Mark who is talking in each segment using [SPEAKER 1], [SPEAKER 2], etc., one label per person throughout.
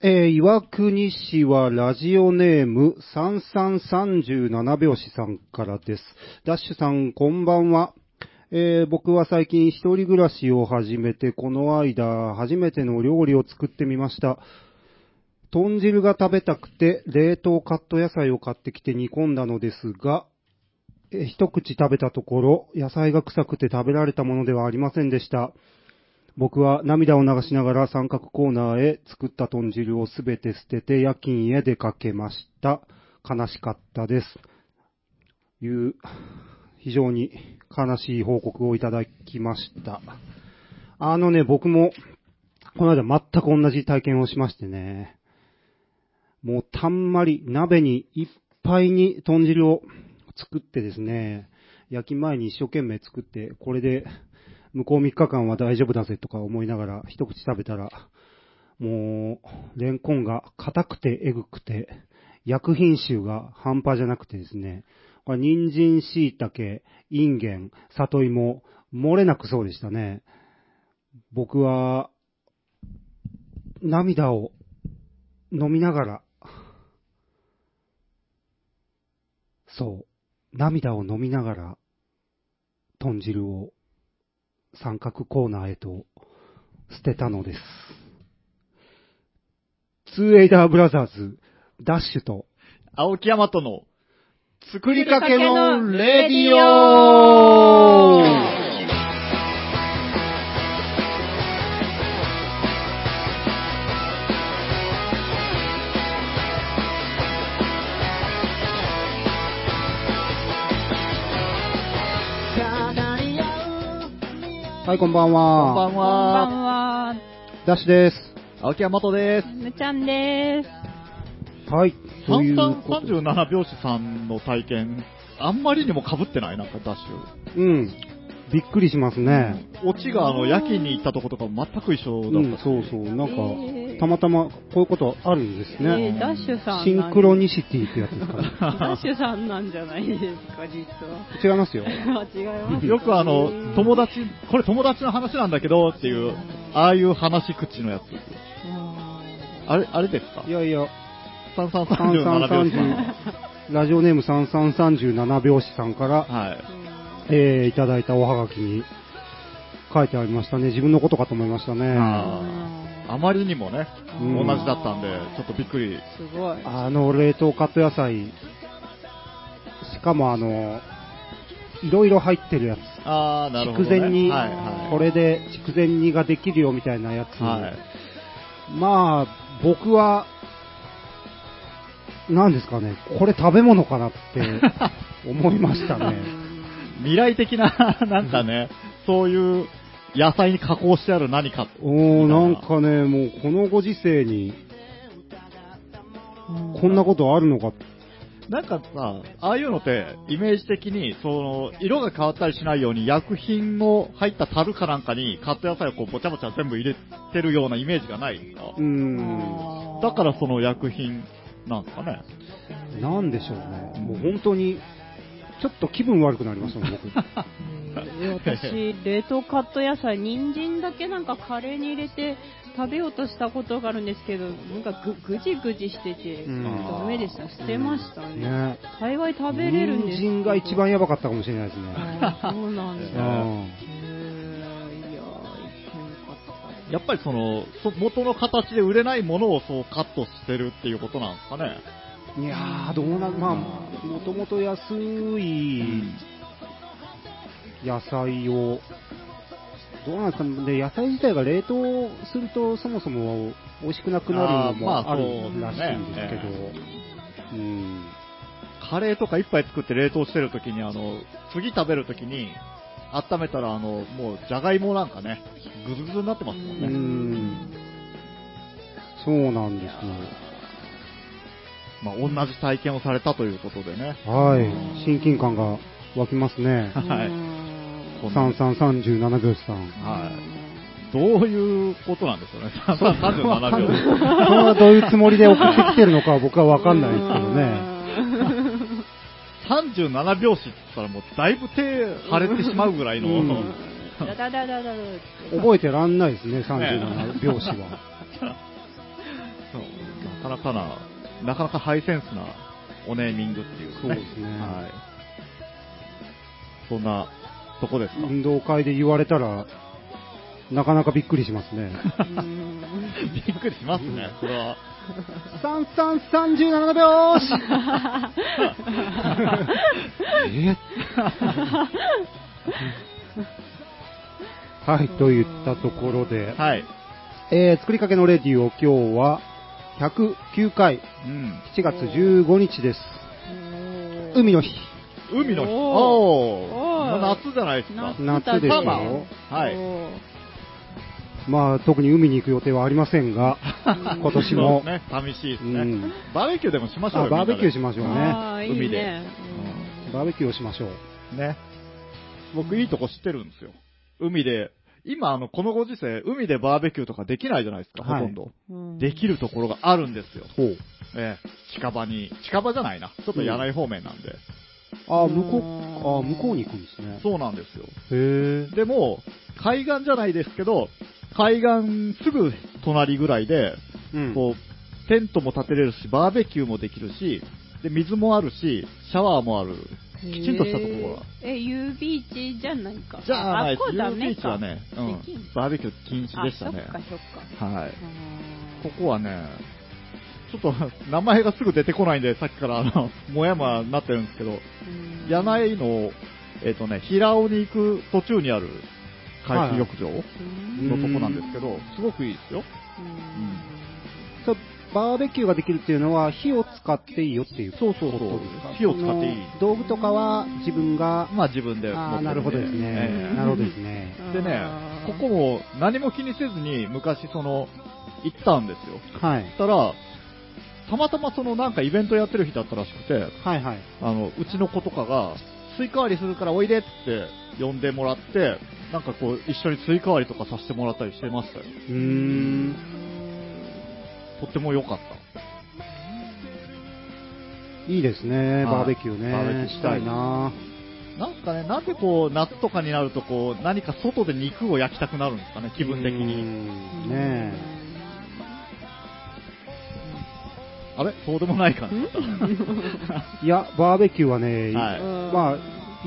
[SPEAKER 1] えー、岩国市はラジオネーム3337拍子さんからです。ダッシュさん、こんばんは。えー僕は最近一人暮らしを始めて、この間、初めての料理を作ってみました。豚汁が食べたくて、冷凍カット野菜を買ってきて煮込んだのですが、えー一口食べたところ、野菜が臭くて食べられたものではありませんでした。僕は涙を流しながら三角コーナーへ作った豚汁をすべて捨てて夜勤へ出かけました。悲しかったです。いう、非常に悲しい報告をいただきました。あのね、僕も、この間全く同じ体験をしましてね。もうたんまり鍋にいっぱいに豚汁を作ってですね、焼き前に一生懸命作って、これで向こう3日間は大丈夫だぜとか思いながら一口食べたら、もう、レンコンが硬くてえぐくて、薬品臭が半端じゃなくてですね、これ人参、椎茸、インゲン、里芋、漏れなくそうでしたね。僕は、涙を飲みながら、そう、涙を飲みながら、豚汁を三角コーナーへと捨てたのです。ツーエイダーブラザーズ、ダッシュと、
[SPEAKER 2] 青木山との作
[SPEAKER 1] り
[SPEAKER 2] り
[SPEAKER 1] か
[SPEAKER 2] か
[SPEAKER 1] け
[SPEAKER 2] け
[SPEAKER 1] の
[SPEAKER 2] の
[SPEAKER 1] レ
[SPEAKER 2] レ
[SPEAKER 1] ディ
[SPEAKER 2] ディ
[SPEAKER 1] オ
[SPEAKER 2] オ
[SPEAKER 1] はい、こんばん
[SPEAKER 2] こんば
[SPEAKER 1] は。
[SPEAKER 2] ん
[SPEAKER 3] こんばん
[SPEAKER 2] は。
[SPEAKER 3] は。
[SPEAKER 1] ダッシュです。
[SPEAKER 2] 青木山とです。
[SPEAKER 3] むちゃんです。
[SPEAKER 1] はい、ということで。
[SPEAKER 2] 3337拍子さんの体験、あんまりにも被ってないなんかダッシ
[SPEAKER 1] うん。びっくりしますね。
[SPEAKER 2] ュ。オチがあの、夜勤に行ったとことか全く一緒
[SPEAKER 1] う
[SPEAKER 2] だった。
[SPEAKER 1] ん、そうそう。なんか
[SPEAKER 3] え、ー
[SPEAKER 1] たまたまこういうことあるんです
[SPEAKER 3] え
[SPEAKER 1] ね。
[SPEAKER 3] ーダッシュさんなん。
[SPEAKER 1] シンクロニシティってやつですかね。
[SPEAKER 3] ダッシュさんなんじゃないですか、実は。
[SPEAKER 1] 違いますよ。
[SPEAKER 3] あ違います。
[SPEAKER 2] よくあの、友達、これ友達の話なんだけどっていう、ああいう話し口のやつ。あれ、あれですか
[SPEAKER 1] いやいや、
[SPEAKER 2] ?3337 拍子さん。
[SPEAKER 1] 3330、ラジオネーム3337拍子さんから、
[SPEAKER 2] はい。
[SPEAKER 1] えー、いただいたおはがきに書いてありましたね。自分のことかと思いましたね。
[SPEAKER 2] あーあまりにもね、
[SPEAKER 1] うん
[SPEAKER 2] 同じだったんで、ちょっとびっくり。
[SPEAKER 3] すごい。
[SPEAKER 1] あの冷凍カット野菜、しかもあの、いろいろ入ってるやつ。
[SPEAKER 2] ああ、なるほど、
[SPEAKER 1] 筑
[SPEAKER 2] ね。
[SPEAKER 1] 前煮、
[SPEAKER 2] はいはい。
[SPEAKER 1] これで筑前煮ができるよみたいなやつ。
[SPEAKER 2] はい。
[SPEAKER 1] まあ、僕は、なんですかね、これ食べ物かなって 思いましたね。
[SPEAKER 2] 未来的な、 なんかね、そういう野菜に加工してある何か。
[SPEAKER 1] おー、なんかね、もうこのご時世に、こんなことあるのかって
[SPEAKER 2] なんかさ、ああいうのって、イメージ的に、その、色が変わったりしないように、薬品の入った樽かなんかに、カット野菜をこう、ぼちゃぼちゃ全部入れてるようなイメージがないですか
[SPEAKER 1] うーん。
[SPEAKER 2] だからその薬品なんですかね。
[SPEAKER 1] なんでしょうね。もう本当に、ちょっと気分悪くなりましたもん、 僕。
[SPEAKER 3] えー私、冷凍カット野菜、人参だけなんかカレーに入れて食べようとしたことがあるんですけど、なんかぐぐじぐじしてて、
[SPEAKER 1] うん
[SPEAKER 3] ダメでした。捨てましたね。
[SPEAKER 1] ね。
[SPEAKER 3] 幸い食べれるんですけ
[SPEAKER 1] 人
[SPEAKER 3] ど
[SPEAKER 1] 参が一番やばかったかもしれないですね。
[SPEAKER 3] あーそうなん
[SPEAKER 1] うん
[SPEAKER 3] だ。へーいやー、行ってよかった。
[SPEAKER 2] やっぱりその、そ元の形で売れないものをそうカットしてるっていうことなんですかね。
[SPEAKER 1] いやー、どうな、まあ、もともと安い野菜を、どうなんですかね、で野菜自体が冷凍すると、そもそも美味しくなくなるの
[SPEAKER 2] あーま
[SPEAKER 1] も
[SPEAKER 2] あ
[SPEAKER 1] あるらしいんですけ
[SPEAKER 2] そう
[SPEAKER 1] ど、うん、
[SPEAKER 2] カレーとか一杯作って冷凍してるときに、あの、次食べるときに、温めたら、あの、もう、じゃがいもなんかね、ぐずぐずになってますもん
[SPEAKER 1] う
[SPEAKER 2] ね。
[SPEAKER 1] ん、そうなんですね。
[SPEAKER 2] まあ、同じ体験をされたということでね。
[SPEAKER 1] はい、親近感が湧きます ね。
[SPEAKER 2] はい。こんな
[SPEAKER 1] 3337秒さん。
[SPEAKER 2] はい。どういうことなんでし ょうね。337秒。
[SPEAKER 1] それはどういうつもりで送ってきてるのかは僕はわかんないですけど ね。
[SPEAKER 3] ね。
[SPEAKER 2] 37秒子って言ったらもう、だいぶ手、腫れてしまうぐらいの、
[SPEAKER 1] うん
[SPEAKER 3] ダダダダダダって
[SPEAKER 1] 覚えてらんないですね、37拍子は。
[SPEAKER 2] そうかなかな、なかなかハイセンスなおネーミングっていう、
[SPEAKER 1] そうですね
[SPEAKER 2] はい。そんなとこですか。
[SPEAKER 1] 運動会で言われたら、なかなかびっくりします ね。
[SPEAKER 2] びっくりしますね、これは。
[SPEAKER 1] 3337秒し え はい、といったところで、
[SPEAKER 2] はい。
[SPEAKER 1] えー作りかけのレディオ、今日は109回、
[SPEAKER 2] うん。
[SPEAKER 1] 7月15日です。 海の日、
[SPEAKER 2] 海の日。おー
[SPEAKER 3] おーおー
[SPEAKER 2] 夏じゃないですか。
[SPEAKER 1] 夏でし
[SPEAKER 2] ょ
[SPEAKER 3] 夏だね
[SPEAKER 2] はい
[SPEAKER 3] お
[SPEAKER 1] まあ特に海に行く予定はありません が、
[SPEAKER 3] ー
[SPEAKER 1] 今年
[SPEAKER 2] そうで
[SPEAKER 1] も
[SPEAKER 2] す、ね、寂しいです
[SPEAKER 1] う
[SPEAKER 2] ね。
[SPEAKER 1] ん、
[SPEAKER 2] バーベキューでもしましょう
[SPEAKER 1] あ
[SPEAKER 2] よ。
[SPEAKER 1] バーベキューし
[SPEAKER 2] ま
[SPEAKER 1] ましょうね。
[SPEAKER 3] あー
[SPEAKER 2] 海
[SPEAKER 3] いい
[SPEAKER 2] で
[SPEAKER 3] ね
[SPEAKER 1] バーベキューをしましょう。
[SPEAKER 2] ね。僕、いいとこ知ってるんですよ。海で、今、あの、このご時世、海でバーベキューとかできないじゃないですか、
[SPEAKER 1] はい
[SPEAKER 2] ほとんど。
[SPEAKER 3] うん
[SPEAKER 2] できるところがあるんですよ。
[SPEAKER 1] ほう
[SPEAKER 2] ええ、近場に。近場じゃないな。ちょっと柳井方面なんで。
[SPEAKER 1] あー向こう
[SPEAKER 3] う
[SPEAKER 1] あー
[SPEAKER 3] ん
[SPEAKER 1] 向こうに行くんですね。
[SPEAKER 2] そうなんですよ。
[SPEAKER 1] へえ。
[SPEAKER 2] でも、海岸じゃないですけど、海岸すぐ隣ぐらいで、
[SPEAKER 1] うん
[SPEAKER 2] こう、テントも立てれるし、バーベキューもできるし、で、水もあるし、シャワーもある。きちんとしたところが。
[SPEAKER 3] へーえ U ビーチじゃないか
[SPEAKER 2] じゃあ、ない
[SPEAKER 3] あこうダメ
[SPEAKER 2] ビーチ
[SPEAKER 3] か
[SPEAKER 2] はね、う
[SPEAKER 3] できん
[SPEAKER 2] ん、バーベキュー禁止でしたね
[SPEAKER 3] あ。そっかそっか
[SPEAKER 2] はい。
[SPEAKER 3] あー
[SPEAKER 2] ここはね、ちょっと名前がすぐ出てこないんで、さっきからあの、 もやもやになってるんですけど、
[SPEAKER 3] うん
[SPEAKER 2] 柳井の、えっ、とね、平尾に行く途中にある海水浴場
[SPEAKER 3] うん
[SPEAKER 2] のとこなんですけど、すごくいいですよ。
[SPEAKER 1] そうバーベキューができるっていうのは火を使っていいよっていう
[SPEAKER 2] そうそうそう
[SPEAKER 1] ことですか
[SPEAKER 2] 火を使っていい
[SPEAKER 1] その道具とかは自分が
[SPEAKER 2] まあ自分で持って
[SPEAKER 1] あ
[SPEAKER 2] て
[SPEAKER 1] ーなるほどですね、
[SPEAKER 2] ええ
[SPEAKER 1] なるほどですね
[SPEAKER 3] うん
[SPEAKER 2] でね、ここも何も気にせずに昔その、行ったんですよ。
[SPEAKER 1] はい
[SPEAKER 2] 行ったら、たまたまそのなんかイベントやってる日だったらしくて、
[SPEAKER 1] はいはい
[SPEAKER 2] あの、うちの子とかが、スイカ割りするからおいでって呼んでもらって、なんかこう、一緒にスイカ割りとかさせてもらったりしてましたよ。
[SPEAKER 1] うーん
[SPEAKER 2] とっても良かった。
[SPEAKER 1] いいですね、
[SPEAKER 2] はい
[SPEAKER 1] バーベキューね
[SPEAKER 2] バーベキューしたい
[SPEAKER 1] な
[SPEAKER 2] なんかね、なんでこう、夏とかになるとこう、何か外で肉を焼きたくなるんですかね、気分的
[SPEAKER 1] うー
[SPEAKER 2] に。
[SPEAKER 1] んね
[SPEAKER 2] あれそうでもない感じだった。
[SPEAKER 1] えいやバーベキューはね、
[SPEAKER 2] はい
[SPEAKER 1] まあ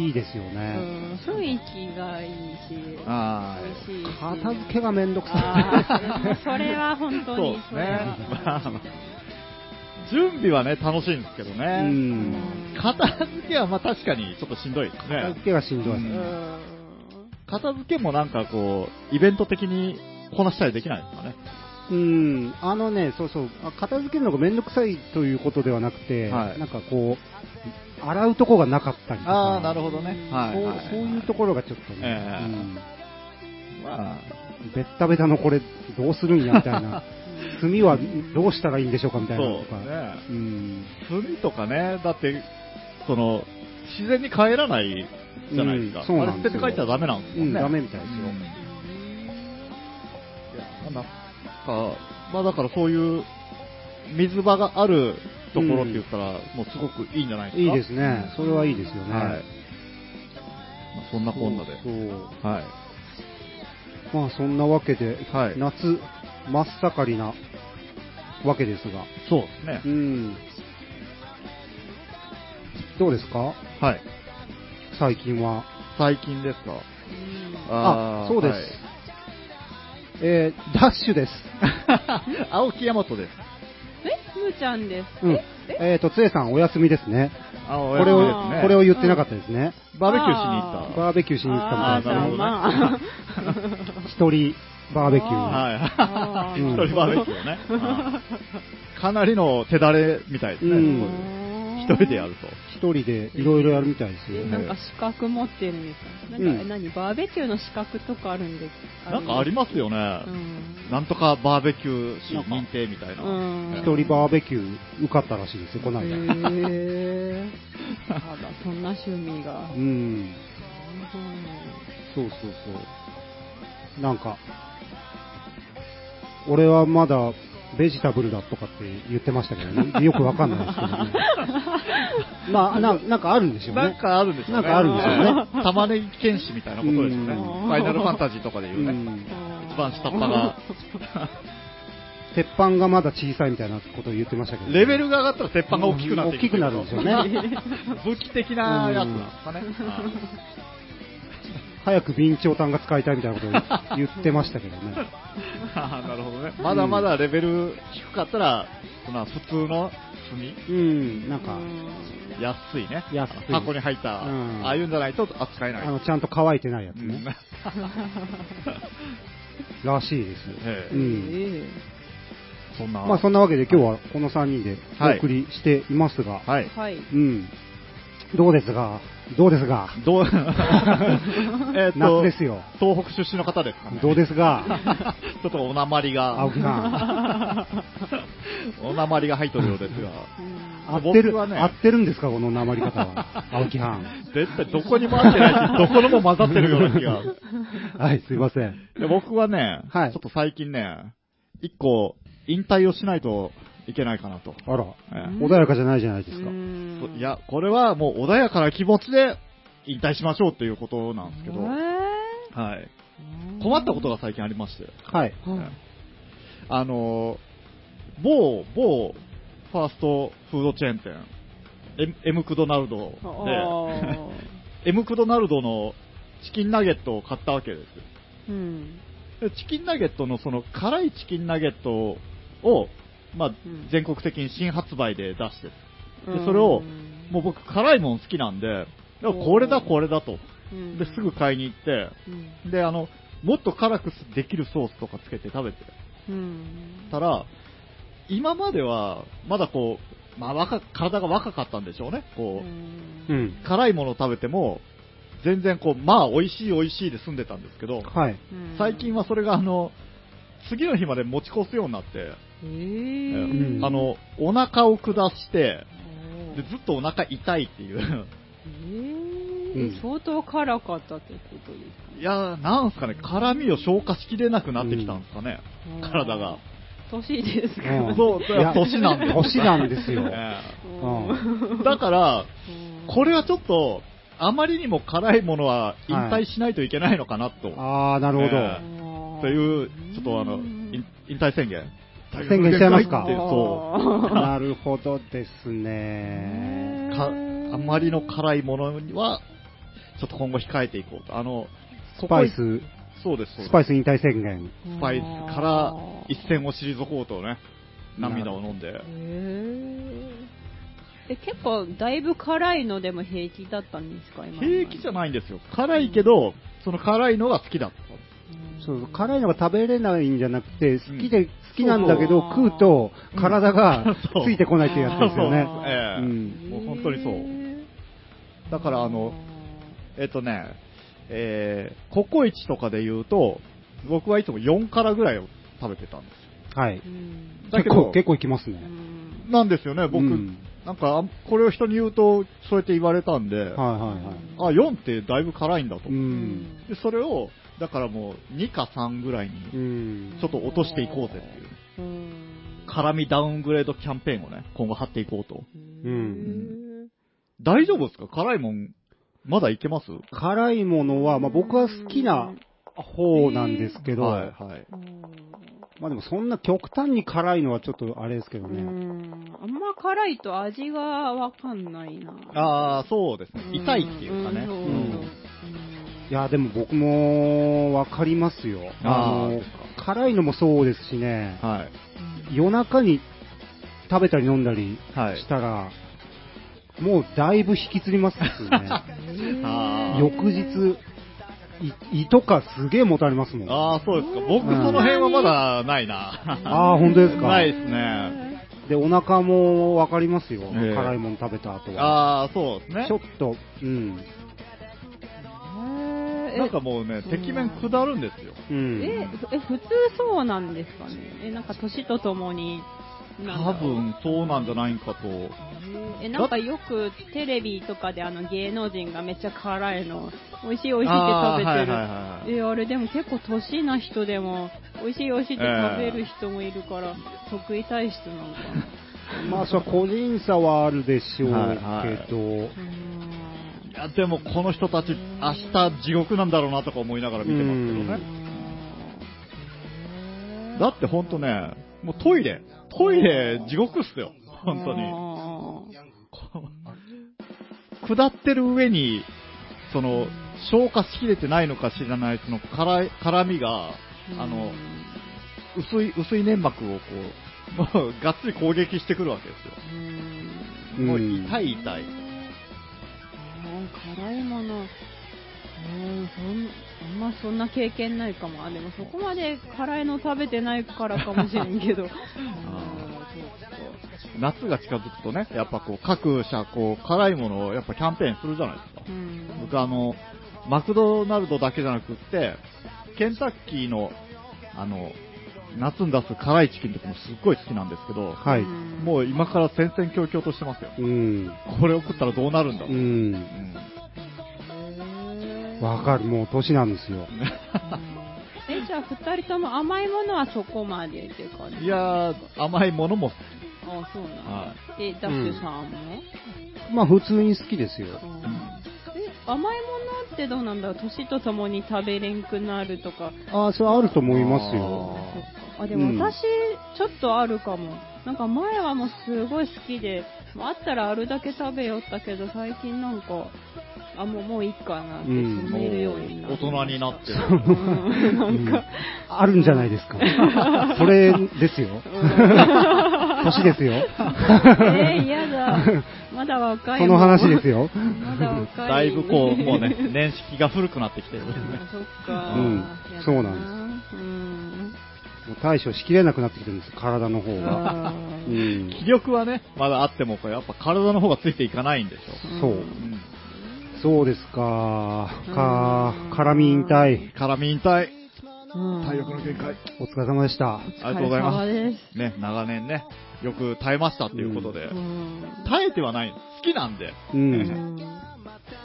[SPEAKER 1] いいですよ
[SPEAKER 3] あ
[SPEAKER 1] ね、
[SPEAKER 3] 雰囲気がいいし
[SPEAKER 2] は
[SPEAKER 3] 美味
[SPEAKER 2] い。
[SPEAKER 3] しいし
[SPEAKER 1] 片付けがめんどく さ
[SPEAKER 3] あーそれは本当
[SPEAKER 2] そう
[SPEAKER 3] にそ
[SPEAKER 2] ですね
[SPEAKER 3] れは
[SPEAKER 2] まあまあ準備はね、楽しいんですけど
[SPEAKER 1] い、う
[SPEAKER 2] ね。
[SPEAKER 1] ん、
[SPEAKER 2] 片付けはまあ確かにちょっとしんどいです
[SPEAKER 1] 片
[SPEAKER 2] ね
[SPEAKER 1] 付。けがしんどい、
[SPEAKER 2] うん
[SPEAKER 3] うん
[SPEAKER 2] 片付けもなんかこう、イベント的にこなしたりできないですかね。
[SPEAKER 1] うん、あのね、そうそう、あ片付けるのがめんどくさいということではなくて、
[SPEAKER 2] はい
[SPEAKER 1] なんかこう、洗うとこがなかったりとか、
[SPEAKER 2] ほ
[SPEAKER 3] どね
[SPEAKER 1] そうそういうところがちょっとね、
[SPEAKER 2] ええ
[SPEAKER 1] うん
[SPEAKER 2] まあ、
[SPEAKER 1] べったべたのこれ、どうするんやみたい な、炭はどうしたらいいんでしょうかみ
[SPEAKER 2] そ
[SPEAKER 1] た
[SPEAKER 2] う
[SPEAKER 1] いなのとか、
[SPEAKER 2] ね。
[SPEAKER 1] うん、
[SPEAKER 2] 炭とかね、だって、その、自然に帰らないじゃないですか。
[SPEAKER 1] うんそう
[SPEAKER 2] あ
[SPEAKER 1] な
[SPEAKER 2] れ
[SPEAKER 1] んで
[SPEAKER 2] 捨て
[SPEAKER 1] す
[SPEAKER 2] て
[SPEAKER 1] よ
[SPEAKER 2] 帰っちゃダメなんです
[SPEAKER 1] う
[SPEAKER 2] もん
[SPEAKER 1] ん、
[SPEAKER 2] ね。
[SPEAKER 1] ダメ
[SPEAKER 2] で
[SPEAKER 1] みたいです
[SPEAKER 2] す
[SPEAKER 1] よ。
[SPEAKER 2] よ。いや、なんか、まあだからそういう、水場があるところって言ったら、もうすごくいいんじゃないです
[SPEAKER 1] いい
[SPEAKER 2] か。
[SPEAKER 1] ですね、それはいいですよね。
[SPEAKER 2] はい。まあそんなこんなで。
[SPEAKER 1] そう
[SPEAKER 2] はい。
[SPEAKER 1] まあそんなわけで、
[SPEAKER 2] はい
[SPEAKER 1] 夏真っ盛りなわけですが、
[SPEAKER 2] そうですね
[SPEAKER 1] う。ん。どうですか
[SPEAKER 2] はい。
[SPEAKER 1] 最近は。
[SPEAKER 2] 最近ですか
[SPEAKER 1] あそうです、えー、ダッシュ です。
[SPEAKER 2] はい 青木大和です。
[SPEAKER 3] えむーちゃんです
[SPEAKER 1] うん。えっ、と、つえさんお休みですね。
[SPEAKER 2] あ、
[SPEAKER 1] こ
[SPEAKER 2] お
[SPEAKER 1] れ
[SPEAKER 2] 休みで
[SPEAKER 1] を、
[SPEAKER 2] すね。
[SPEAKER 1] これを言ってなかったですね。
[SPEAKER 2] バーベキューしに行った。
[SPEAKER 1] バーベキューしに行った
[SPEAKER 3] あ
[SPEAKER 1] み
[SPEAKER 3] ー
[SPEAKER 1] たい
[SPEAKER 2] なるほ
[SPEAKER 1] な。
[SPEAKER 2] どね
[SPEAKER 1] 一人バーベキュー。
[SPEAKER 3] あ
[SPEAKER 2] は
[SPEAKER 3] ー
[SPEAKER 2] い。一人バーベキューね。あーかなりの手だれみたいですね。
[SPEAKER 1] う
[SPEAKER 2] そうんいう 一人でやると。
[SPEAKER 1] 一人でいろいろやるみたいですよ
[SPEAKER 3] え
[SPEAKER 1] ね。
[SPEAKER 3] なんか資格持ってるみたいな。なんか、
[SPEAKER 1] うん
[SPEAKER 3] 何バーベキューの資格とかあるんで。
[SPEAKER 2] なんかありますよね。
[SPEAKER 3] うん
[SPEAKER 2] なんとかバーベキュー師認定みたいな。
[SPEAKER 3] うん
[SPEAKER 1] 一人バーベキュー受かったらしいですよ、この間。
[SPEAKER 3] へー。あら、そんな趣味が。
[SPEAKER 1] うん。そうそうそう。なんか、俺はまだベジタブルだとかって言ってましたけど ね。よくわかんないですけどね。まあ、ななんかあるんでしょう
[SPEAKER 2] なん
[SPEAKER 1] ね。
[SPEAKER 2] かあるんですよ
[SPEAKER 1] な
[SPEAKER 2] ね。
[SPEAKER 1] んかあるんです
[SPEAKER 2] よね。玉ねぎ剣士みたいなことですよね。
[SPEAKER 1] うん
[SPEAKER 2] ファイナルファンタジーとかで
[SPEAKER 1] う
[SPEAKER 2] 言うね。
[SPEAKER 1] ん、
[SPEAKER 2] 一番下っ端が。
[SPEAKER 1] 鉄板がまだ小さいみたいなことを言ってましたけど、
[SPEAKER 2] レベルが上がったら鉄板が大きくなって
[SPEAKER 1] うん
[SPEAKER 2] い
[SPEAKER 1] 大きくなるんです
[SPEAKER 3] よね
[SPEAKER 2] 武器的なやつなんですかね。
[SPEAKER 1] 早く備長炭が使いたいみたいなことを言ってましたけどね。
[SPEAKER 2] あーなる ほどね。まだまだレベル低かったら、まあ普通の炭
[SPEAKER 1] うん、なんか、
[SPEAKER 2] 安いね。
[SPEAKER 1] 安い
[SPEAKER 2] 箱に入った、
[SPEAKER 1] うん
[SPEAKER 2] ああいうんじゃないと扱えない。
[SPEAKER 1] あのちゃんと乾いてないやつ
[SPEAKER 2] うん
[SPEAKER 1] ね、らしいです。
[SPEAKER 2] ええ
[SPEAKER 1] うん
[SPEAKER 3] え
[SPEAKER 2] そんな。
[SPEAKER 1] まあそんなわけで今日はこの3人で
[SPEAKER 2] はい
[SPEAKER 1] お送りしていますが、
[SPEAKER 2] はい
[SPEAKER 3] え。はい。
[SPEAKER 1] うん、どうですが、どうですが、
[SPEAKER 2] どう、 えっ
[SPEAKER 1] 夏ですよ
[SPEAKER 2] 東北出身の方ですかね。
[SPEAKER 1] どうですが、
[SPEAKER 2] ちょっとおなまりが。
[SPEAKER 1] 青木さん、
[SPEAKER 2] おなまりが入ってるようですが。
[SPEAKER 3] うん
[SPEAKER 1] 合ってる、
[SPEAKER 2] 僕はね
[SPEAKER 1] 合ってるんですか、この訛り方は、 青木さん。
[SPEAKER 2] 絶対どこにも合ってな いし、どこにも混ざってるような気が。
[SPEAKER 1] はい、すいません。
[SPEAKER 2] で僕はね、
[SPEAKER 1] はい
[SPEAKER 2] ちょっと最近ね、一個、引退をしないといけないかなと。
[SPEAKER 1] あら、
[SPEAKER 2] ええ
[SPEAKER 1] 穏やかじゃないじゃないですか
[SPEAKER 3] う。ん
[SPEAKER 2] い、や、これはもう穏やかな気持ちで引退しましょうっていうことなんですけど、は
[SPEAKER 3] え
[SPEAKER 2] い。
[SPEAKER 3] ー
[SPEAKER 2] 困ったことが最近ありまして、
[SPEAKER 1] はい。
[SPEAKER 3] はい
[SPEAKER 2] あの、某、某、ファーストフードチェーン店、エムエムクドナルド
[SPEAKER 3] あ
[SPEAKER 2] で、
[SPEAKER 3] ー
[SPEAKER 2] エムクドナルドのチキンナゲットを買ったわけですよ。
[SPEAKER 3] うん。
[SPEAKER 2] でチキンナゲットのその辛いチキンナゲットを、まあ
[SPEAKER 3] ん、
[SPEAKER 2] 全国的に新発売で出して、でそれをもう僕辛いもん好きなんで、でもこれだ
[SPEAKER 3] おー
[SPEAKER 2] これだと。
[SPEAKER 3] うん、
[SPEAKER 2] ですぐ買いに行って、
[SPEAKER 3] うん、
[SPEAKER 2] で、あの、もっと辛くできるソースとかつけて食べて
[SPEAKER 3] うん。
[SPEAKER 2] たら、今までは、まだこう、まあ若、体が若かったんでしょうね。こ
[SPEAKER 1] う
[SPEAKER 2] う、
[SPEAKER 3] うん
[SPEAKER 1] ん。
[SPEAKER 2] 辛いものを食べても、全然こう、まあ、美味しい美味しいで済んでたんですけど、
[SPEAKER 1] はい。
[SPEAKER 2] 最近は、それがあの、次の日まで持ち越すようになって、え
[SPEAKER 3] え
[SPEAKER 1] うん
[SPEAKER 3] ー
[SPEAKER 2] ーあ、の、お腹を下して、
[SPEAKER 3] おー
[SPEAKER 2] でずっとお腹痛いっていう。
[SPEAKER 3] え
[SPEAKER 1] うん
[SPEAKER 3] ー、相当辛かったってことですか
[SPEAKER 2] いやー、なんすかね、辛みを消化しきれなくなってきたんですかね、
[SPEAKER 3] うん
[SPEAKER 2] 体が。
[SPEAKER 3] 年ですか、
[SPEAKER 1] うん
[SPEAKER 2] そう、
[SPEAKER 1] いや
[SPEAKER 2] 年なんです。
[SPEAKER 1] 年なんですよ
[SPEAKER 2] え
[SPEAKER 1] うん
[SPEAKER 2] えだから、
[SPEAKER 3] うん
[SPEAKER 2] これはちょっと、あまりにも辛いものは引退しないといけないのかなと、
[SPEAKER 1] あー、なるほど。
[SPEAKER 2] えという、ちょっとあの、引引退宣言。
[SPEAKER 1] 宣言しちゃいますか
[SPEAKER 2] っていうそ う。
[SPEAKER 1] なるほどですね。
[SPEAKER 2] か、あまりの辛いものには、ちょっと今後控えていこうと。あの、
[SPEAKER 1] スパイ
[SPEAKER 2] ここ
[SPEAKER 1] ス、
[SPEAKER 2] そうです、そうです
[SPEAKER 1] スパイス引退宣言。
[SPEAKER 2] スパイスから一線を退こうとね、涙を飲んで。
[SPEAKER 3] え結構だいぶ辛いのでも平気だったんですか今
[SPEAKER 2] 平気じゃ
[SPEAKER 3] い、
[SPEAKER 2] ないんですよ。辛いけど、その辛いのが好きだった。
[SPEAKER 1] そう、辛いのが食べれないんじゃなくて、好きで、好きなんだけ
[SPEAKER 3] う
[SPEAKER 1] ど、
[SPEAKER 3] ん
[SPEAKER 1] 食うと
[SPEAKER 2] うん
[SPEAKER 1] 体が
[SPEAKER 2] そう
[SPEAKER 1] ついてこないっていうやつですよね
[SPEAKER 2] そう。ええ
[SPEAKER 1] うん
[SPEAKER 2] もう本当にそうだからあの、えっとね、えー、ココイチとかで言うと、僕はいつも4辛ぐらいを食べてたんで
[SPEAKER 1] はい。
[SPEAKER 3] うん
[SPEAKER 2] だ
[SPEAKER 1] 結
[SPEAKER 2] けど
[SPEAKER 1] 構、結構いきます
[SPEAKER 3] う
[SPEAKER 1] ね。
[SPEAKER 3] ん
[SPEAKER 2] す。なんですよね、僕。
[SPEAKER 1] うん
[SPEAKER 2] なんか、あこれを人に言うと、そうやって言われたんで、
[SPEAKER 1] はいはいはい。
[SPEAKER 2] あ、4ってだいぶ辛いんだと。
[SPEAKER 1] う。
[SPEAKER 3] うんん
[SPEAKER 2] で、それを、だからもう、2か3ぐらいに、
[SPEAKER 1] うん
[SPEAKER 2] ちょっと落としていこうぜっていう。
[SPEAKER 3] うん
[SPEAKER 2] 辛みダウングレードキャンペーンをね、今後張っていこうと。
[SPEAKER 1] ん
[SPEAKER 2] 大丈夫ですか辛いもん、まだいけます
[SPEAKER 1] 辛いものは、まあ僕は好きな方なんですけど、
[SPEAKER 2] はい、はい。
[SPEAKER 1] まあでもそんな極端に辛いのはちょっとあれですけど
[SPEAKER 3] う
[SPEAKER 1] ね。
[SPEAKER 3] んあんま辛いと味がわかんないな。
[SPEAKER 2] ああ、そうですね。痛いっていうかね。
[SPEAKER 3] ん
[SPEAKER 2] うん
[SPEAKER 1] いや、でも僕もわかりますよ。
[SPEAKER 2] あー
[SPEAKER 1] の、辛いのもそうですしね、
[SPEAKER 2] はい。
[SPEAKER 1] 夜中に食べたり飲んだり
[SPEAKER 2] はい
[SPEAKER 1] し。たら、もうだいぶ引きつります ね。
[SPEAKER 2] あー
[SPEAKER 1] 翌日、い胃とかすげえもたれますもん。
[SPEAKER 2] ああ、そうですか。僕、その辺はまだないな。
[SPEAKER 1] あー、本当ですか。
[SPEAKER 2] ないですね。
[SPEAKER 1] で、お腹もわかりますよ。
[SPEAKER 2] ええ
[SPEAKER 1] 辛いもの食べた後は。
[SPEAKER 2] ああ、そうですね
[SPEAKER 1] ちょ。っと、うん。
[SPEAKER 3] え
[SPEAKER 2] なんかもうね、
[SPEAKER 3] うん
[SPEAKER 2] てきめん下るんですよ。
[SPEAKER 1] うん。
[SPEAKER 3] ええ普通そうなんですかね。えなんか年とともに。なん
[SPEAKER 2] 多
[SPEAKER 3] だろう。
[SPEAKER 2] 分、そうなんじゃないかと。
[SPEAKER 3] えなんかよくテレビとかであの芸能人がめっちゃ辛いの美味しい美味しいって食べてる。
[SPEAKER 2] あーはいはいはい
[SPEAKER 3] えあれでも結構年な人でも美味しい美味しいって食べる人もいるから、得意体質なのかな。
[SPEAKER 1] まあ、それは個人差はあるでしょうけど、
[SPEAKER 2] はいは
[SPEAKER 3] う
[SPEAKER 2] いや、でも、この人たち、明日地獄なんだろうなとか思いながら見てますけどね。
[SPEAKER 3] ーん
[SPEAKER 2] だってほんとね、もうトイレ、トイレ地獄っすよ、本当に。
[SPEAKER 3] に。
[SPEAKER 2] こう下ってる上に、その、消化しきれてないのか知らない、その、辛い、辛みが、あの、薄い、薄い粘膜をこう、もう がっつり攻撃してくるわけです
[SPEAKER 3] うん、うん
[SPEAKER 1] う
[SPEAKER 2] よ。
[SPEAKER 1] ん
[SPEAKER 2] もう痛い痛い。
[SPEAKER 3] うん辛いもの、うんそんあんまそんな経験ないかも、あでもそこまで辛いの食べてないからかもしれんけど、うんそう
[SPEAKER 2] 夏が近づくとね、やっぱこう、各社、こう、辛いものをやっぱキャンペーンするじゃないですか
[SPEAKER 3] そう。うん
[SPEAKER 2] 僕あの、マクドナルドだけじゃなくって、ケンタッキーの、あの、夏に出す辛いチキンとかもすっごい好きなんですけど、
[SPEAKER 1] はい。
[SPEAKER 3] うん
[SPEAKER 2] もう今から戦々恐々としてますよ。
[SPEAKER 1] うん。
[SPEAKER 2] これを食ったらどうなるんだ
[SPEAKER 1] う
[SPEAKER 2] ろう。うん
[SPEAKER 1] ん。
[SPEAKER 3] へー
[SPEAKER 1] わかる。もう年なんですよ。
[SPEAKER 3] えじゃあ2人とも甘いものはそこまでって感 じ
[SPEAKER 2] いやー、甘いものも好き。
[SPEAKER 3] あそうなんだ、
[SPEAKER 2] は
[SPEAKER 3] えダッシュさんも、
[SPEAKER 1] まあ普通に好きですよ。
[SPEAKER 3] うんえ甘いものってどうなんだろう年とともに食べれんくなるとか
[SPEAKER 1] ああ、それあると思います
[SPEAKER 2] あ
[SPEAKER 1] よ。
[SPEAKER 3] あでも
[SPEAKER 1] うん
[SPEAKER 3] 私、ちょっとあるかも。なんか前はもうすごい好きで、あったらあるだけ食べよったけど、最近なんか、あ、もうもういいかなって
[SPEAKER 1] うん
[SPEAKER 3] 止めるようにな
[SPEAKER 2] 大人になってる。
[SPEAKER 3] うんなんか、
[SPEAKER 1] あるんじゃないですか。それですよ。年ですよ。
[SPEAKER 3] えー、嫌だ。まだ若い
[SPEAKER 1] そ
[SPEAKER 3] も
[SPEAKER 1] の
[SPEAKER 3] ん。
[SPEAKER 1] 話ですよ。
[SPEAKER 3] まだ若い。
[SPEAKER 2] だいぶこう、もうね、年式が古くなってきてる。
[SPEAKER 3] あ。そっか。
[SPEAKER 1] うん
[SPEAKER 3] やだ
[SPEAKER 1] そうなん
[SPEAKER 3] です。うん。
[SPEAKER 1] もう対処しきれなくなってきてるんです、体の方が。
[SPEAKER 3] あ
[SPEAKER 1] う
[SPEAKER 3] ー
[SPEAKER 1] ん。
[SPEAKER 2] 気力はね、まだあっても、これやっぱ体の方がついていかないんでしょ。。
[SPEAKER 1] そううんそうですか。か
[SPEAKER 3] うん、
[SPEAKER 1] 絡み引退。
[SPEAKER 2] 辛み引退。
[SPEAKER 3] うん
[SPEAKER 2] 体力の限界。
[SPEAKER 1] お疲れ様でした。
[SPEAKER 2] ありがとうございます
[SPEAKER 3] お疲れ様です。
[SPEAKER 2] ね、長年ね、よく耐えましたっていうことで、
[SPEAKER 3] うん
[SPEAKER 2] 耐えてはない、好きなんで、
[SPEAKER 1] うん。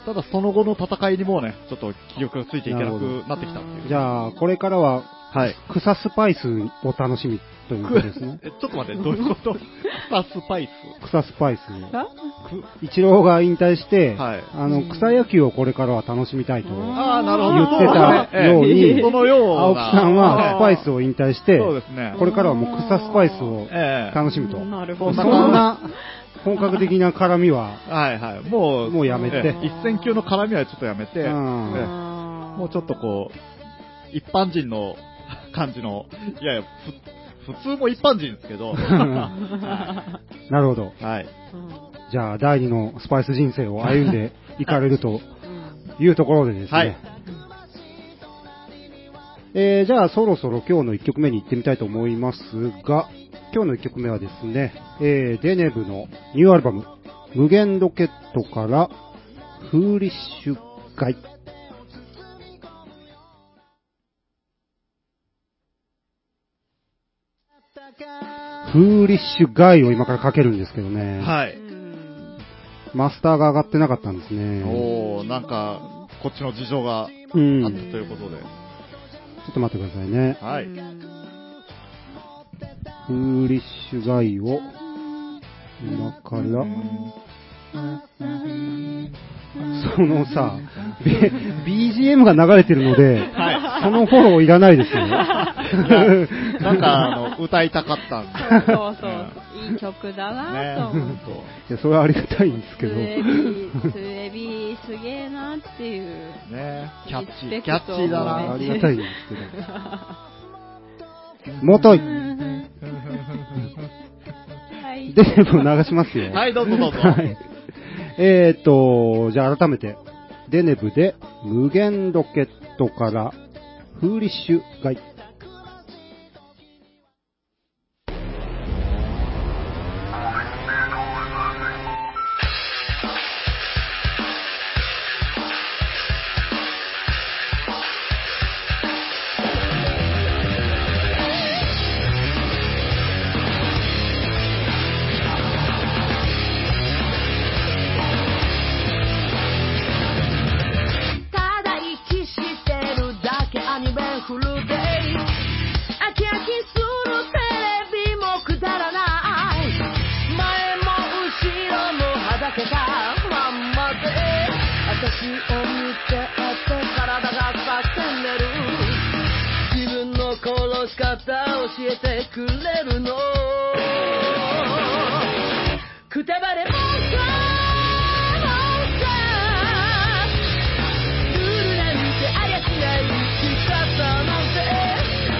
[SPEAKER 2] ただその後の戦いにもうね、ちょっと気力がついていけなくなってきたっていう。
[SPEAKER 1] じゃあ、これからは、
[SPEAKER 2] はい。
[SPEAKER 1] 草スパイスを楽しみということですね。
[SPEAKER 2] え、ちょっと待って、どういうこと 草スパイス
[SPEAKER 1] 草スパイス。
[SPEAKER 3] あ
[SPEAKER 2] く
[SPEAKER 1] 一郎が引退して、
[SPEAKER 2] はい
[SPEAKER 1] あの、草野球をこれからは楽しみたいと。
[SPEAKER 3] うん
[SPEAKER 2] ああ、なるほ
[SPEAKER 1] 言
[SPEAKER 2] ど。
[SPEAKER 1] ってたように
[SPEAKER 2] ええそのような。
[SPEAKER 1] 青木さんはスパイスを引退して、
[SPEAKER 2] そうですね。
[SPEAKER 1] これからはもう草スパイスを
[SPEAKER 2] ええ
[SPEAKER 1] 楽しむと。
[SPEAKER 3] なる
[SPEAKER 1] そ
[SPEAKER 3] ほ
[SPEAKER 1] ん
[SPEAKER 3] ど。
[SPEAKER 1] な本格的な絡みは、
[SPEAKER 2] はいはい。もう、
[SPEAKER 1] もうやめて
[SPEAKER 2] ええ一線級の絡みはちょっとやめて、
[SPEAKER 1] う
[SPEAKER 2] ええ
[SPEAKER 1] ん
[SPEAKER 2] も
[SPEAKER 3] も
[SPEAKER 2] うちょっとこう、一般人の 感じの、いやいや、ふ普通も一般人ですけ ど、
[SPEAKER 1] なるほど。
[SPEAKER 2] はい。
[SPEAKER 1] じゃあ、第二のスパイス人生を歩ん でいかれるというところでですね。
[SPEAKER 2] はい
[SPEAKER 1] えーじゃあ、そろそろ今日の1曲目に行ってみたいと思いますが、今日の1曲目はですね、えーデネブのニューアルバム、無限ロケットから、フーリッシュガイ。フーリッシュガイを今からかけるんですけどね。
[SPEAKER 2] はい。
[SPEAKER 1] マスターが上がってなかったんですね。
[SPEAKER 2] おおなんか、こっちの事情があっ
[SPEAKER 1] う
[SPEAKER 2] たと
[SPEAKER 1] ん。
[SPEAKER 2] いうことで。
[SPEAKER 1] ちょっと待ってくださいね。
[SPEAKER 2] はい。
[SPEAKER 1] フーリッシュガイを、今から、その さ、B- BGM が流れてるので、そのフォローいらないですよ。
[SPEAKER 2] なんか、あの、歌いたかったん
[SPEAKER 3] そう
[SPEAKER 2] で。
[SPEAKER 3] そうそう。いい曲だ
[SPEAKER 2] ね
[SPEAKER 3] なと思って。
[SPEAKER 1] いや、それはありがたいんです
[SPEAKER 3] ス
[SPEAKER 1] けど。
[SPEAKER 3] エビ、スエビすげえなっていう。
[SPEAKER 2] ねキャッチ
[SPEAKER 3] リスペ
[SPEAKER 2] ー、
[SPEAKER 3] ク
[SPEAKER 2] キャ
[SPEAKER 3] ト
[SPEAKER 2] ッチーだ
[SPEAKER 1] あ
[SPEAKER 2] な。
[SPEAKER 1] りがたいんですけど。元い
[SPEAKER 3] はい。
[SPEAKER 1] デネブを流しますよ。
[SPEAKER 2] はい、どうぞどうぞ。
[SPEAKER 1] はい。えーっと、じゃあ改めて、デネブで無限ロケットからフーリッシュガイ。
[SPEAKER 4] ただ息してるだけアニメフルデイ
[SPEAKER 3] えてくれるのくたばれモンスターモンスタールールなんてありゃしない生き方なんて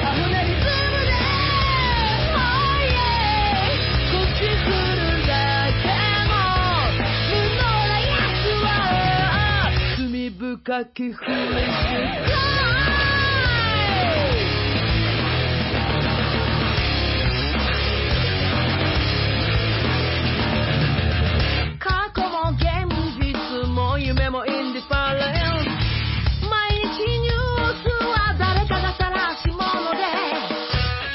[SPEAKER 3] アホなリズムで Oh yeah こっち来るだけも無能な奴は罪深きふりして Cry 過去も現実も夢もインディファレンス毎日ニュースは誰かが晒し者で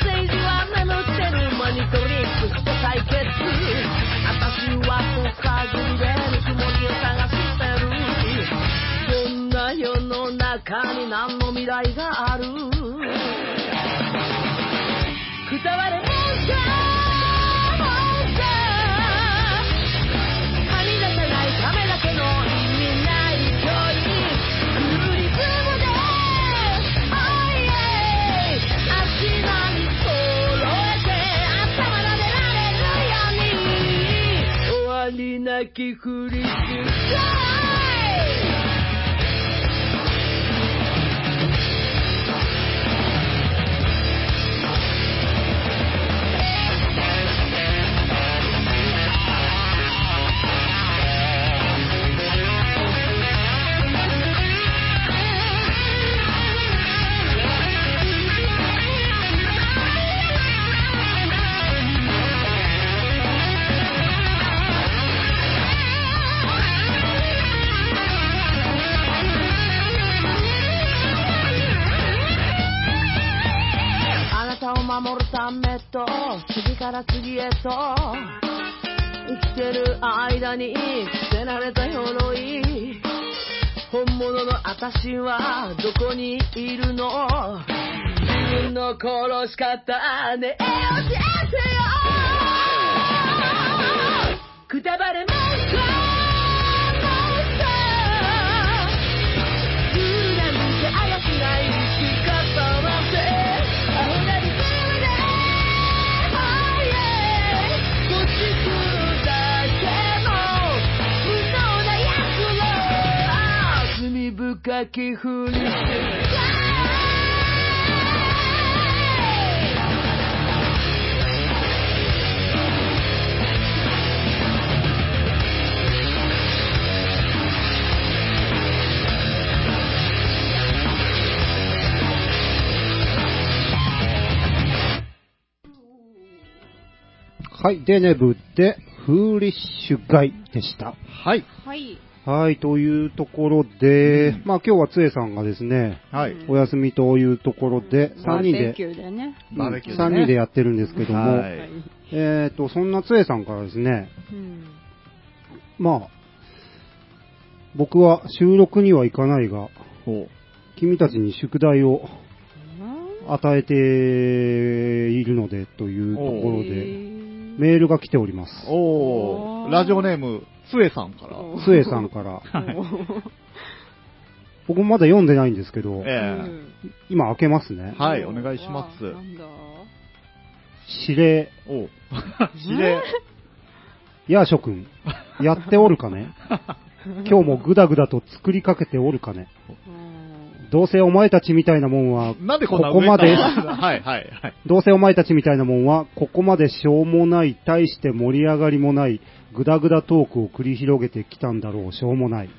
[SPEAKER 3] 政治は眠ってるマニトリップと対決私はと限りでぬくもりを探してるこんな世の中に何の未来があるくたばれモンスターモンスターはみ出さないためだけの意味ない距離フリズムで Oh yeah 足並み揃えて頭なでられるように終わりなきフリースタイルあなたを守るためと次から次へと生きてる間に捨てられた鎧本物の私はどこにいるの自分の殺し方ねえ教えてよくたばれモンスターモンスター「ルールなんて怪しない生き方なんて」「あんなにズムで Oh yeah」「こっち来るだけの無能な奴ら」「罪深きふりして
[SPEAKER 1] はい、デネブで、フーリッシュガイでした。
[SPEAKER 2] はい。
[SPEAKER 5] はい。
[SPEAKER 1] はい、というところで、まあ今日はつえさんがですね、
[SPEAKER 2] はい。
[SPEAKER 1] お休みというところで、3人
[SPEAKER 5] バーベキ
[SPEAKER 1] で、
[SPEAKER 5] ューでね。
[SPEAKER 1] うん
[SPEAKER 2] バーベキューでね
[SPEAKER 1] 三人でやってるんですけども、
[SPEAKER 2] はい
[SPEAKER 5] はい。
[SPEAKER 1] えっ、と、そんなつえさんからですね、
[SPEAKER 5] うん。
[SPEAKER 1] まあ、僕は収録には行かないが、君たちに宿題を与えているので、というところで、
[SPEAKER 5] で
[SPEAKER 1] メールが来ております。
[SPEAKER 2] お
[SPEAKER 5] お
[SPEAKER 2] お
[SPEAKER 5] ー
[SPEAKER 2] ラジオネーム、つえさんから。
[SPEAKER 1] つえさんから。僕まだ読んでないんですけど、
[SPEAKER 2] え
[SPEAKER 1] 今開けますね。
[SPEAKER 2] はいお願いします
[SPEAKER 5] なんだ
[SPEAKER 1] 指令、
[SPEAKER 2] えおう。 ひで。
[SPEAKER 1] やー諸君、やっておるか ね今日もぐだぐだと作りかけておるかね
[SPEAKER 5] うん
[SPEAKER 1] どうせお前たちみたいなもんは、
[SPEAKER 2] なんでこ
[SPEAKER 1] こ
[SPEAKER 2] んな
[SPEAKER 1] こまで、
[SPEAKER 2] はいはいはい。
[SPEAKER 1] どうせお前たちみたいなもんは、ここまでしょうもない、大して盛り上がりもない、ぐだぐだトークを繰り広げてきたんだろう、しょうもない。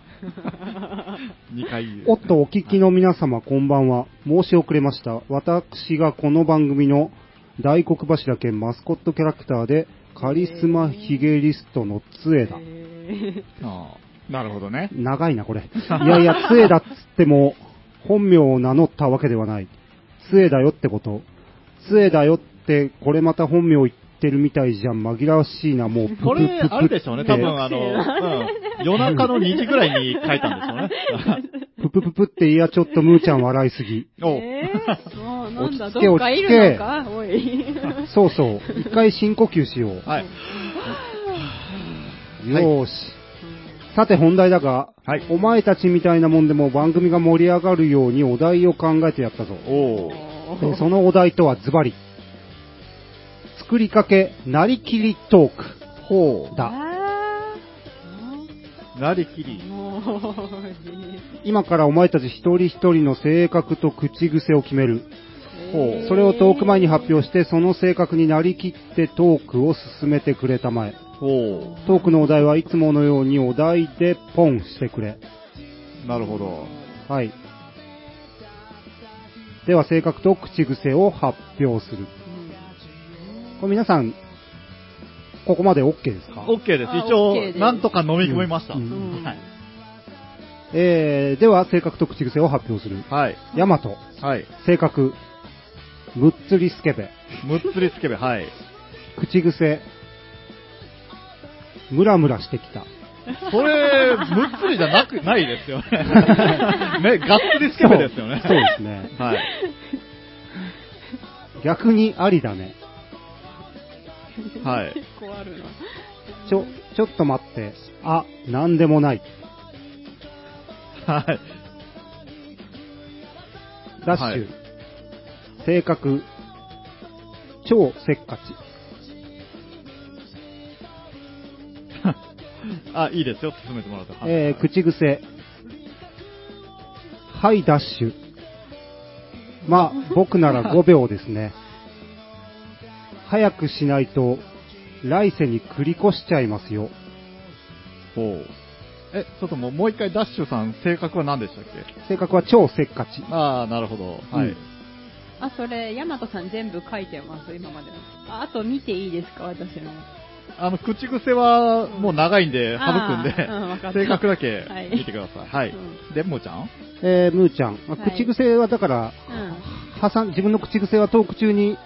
[SPEAKER 2] 二回言う
[SPEAKER 1] おっと、お聞きの皆様、こんばんは。申し遅れました。私がこの番組の大黒柱兼マスコットキャラクターで、カリスマヒゲリストの杖だ。
[SPEAKER 5] え
[SPEAKER 2] ああなるほどね。
[SPEAKER 1] 長いな、こ れ。いやいや、杖だっつっても、本名を名乗ったわけではない。杖だよってこと。杖だよって、これまた本名言ってるみたいじゃん。紛らわしいな、もう。
[SPEAKER 2] これ、あるでしょうね。多分、あの、
[SPEAKER 5] え
[SPEAKER 2] うん夜中の2時ぐらいに書いたんで
[SPEAKER 1] ぷぷぷぷって、いや、ちょっとムーちゃん笑いすぎ。
[SPEAKER 2] し
[SPEAKER 5] ー
[SPEAKER 2] ょうね。
[SPEAKER 5] えーそう、なんだ、
[SPEAKER 1] 落ち
[SPEAKER 5] ど
[SPEAKER 1] 着け
[SPEAKER 5] っかいるのかおい。
[SPEAKER 1] そうそう。一回深呼吸しよう
[SPEAKER 2] お。はい。はい
[SPEAKER 1] よーし。さて本題だが、
[SPEAKER 2] はい
[SPEAKER 1] お前たちみたいなもんでも番組が盛り上がるようにお題を考えてやったぞ。
[SPEAKER 2] おお
[SPEAKER 1] でそのお題とはズバリ、作りかけ、なりきりトーク。
[SPEAKER 2] ほ
[SPEAKER 1] だ。
[SPEAKER 3] あ
[SPEAKER 2] う。なりきり
[SPEAKER 3] ー。もう、
[SPEAKER 1] 今からお前たち一人一人の性格と口癖を決める。
[SPEAKER 2] ほう
[SPEAKER 1] それをトーク前に発表して、その性格になりきってトークを進めてくれたまえ。
[SPEAKER 2] ほ
[SPEAKER 1] トークのお題はいつものようにお題でポンしてくれ。
[SPEAKER 2] う。なるほど。
[SPEAKER 1] はい。では、性格と口癖を発表する。これ皆さん、ここまで OK ですか
[SPEAKER 2] OK です。
[SPEAKER 3] あ
[SPEAKER 2] 一
[SPEAKER 3] OK で
[SPEAKER 2] 応、
[SPEAKER 3] す
[SPEAKER 2] なんとか飲み込みました。
[SPEAKER 1] う
[SPEAKER 3] うんん。
[SPEAKER 2] はい。
[SPEAKER 1] えー、では、性格と口癖を発表する。
[SPEAKER 2] はい。
[SPEAKER 1] ヤマト、
[SPEAKER 2] はい。
[SPEAKER 1] 性格、むっつりスケベ、
[SPEAKER 2] むっつりつけべ、はい。
[SPEAKER 1] 口癖、ムラムラしてきた。
[SPEAKER 2] それ、むっつりじゃなく、ないですよね。ね、がっつりつけべですよね。
[SPEAKER 1] そうそうですね。
[SPEAKER 2] はい。
[SPEAKER 1] 逆にありだね。
[SPEAKER 2] はい。
[SPEAKER 3] 結構あるな。
[SPEAKER 1] ちょ、ちょっと待って。あ、なんでもない。
[SPEAKER 2] はい。
[SPEAKER 1] ダッシュ。
[SPEAKER 2] はい
[SPEAKER 1] 性格。超せっかち。
[SPEAKER 2] あ、いいですよ。進めてもらって。はい
[SPEAKER 1] えー、口癖。はい、ダッシュ。 まあ、僕なら5秒ですね。早くしないと、来世に繰り越しちゃいますよ。
[SPEAKER 2] ほう。え、ちょっともう、もう一回ダッシュさん、性格は何でしたっけ
[SPEAKER 1] 性格は超せっかち。
[SPEAKER 2] ああ、なるほど。はい。
[SPEAKER 1] うん
[SPEAKER 3] あ、それ、ヤマトさん全部書いてます、今までの。ああと見ていいですか、私の。
[SPEAKER 2] あの、口癖は、もう長いんで、省くんで
[SPEAKER 3] あーうんわかっ、た
[SPEAKER 2] 性格だけ
[SPEAKER 3] はい
[SPEAKER 2] 見てください。はい。
[SPEAKER 3] う
[SPEAKER 2] で、もーちゃん
[SPEAKER 1] えー、むーちゃん。あ
[SPEAKER 3] はい
[SPEAKER 1] 口癖はだから、
[SPEAKER 3] う
[SPEAKER 1] 挟ん、自分の口癖はトーク中に、
[SPEAKER 3] ん。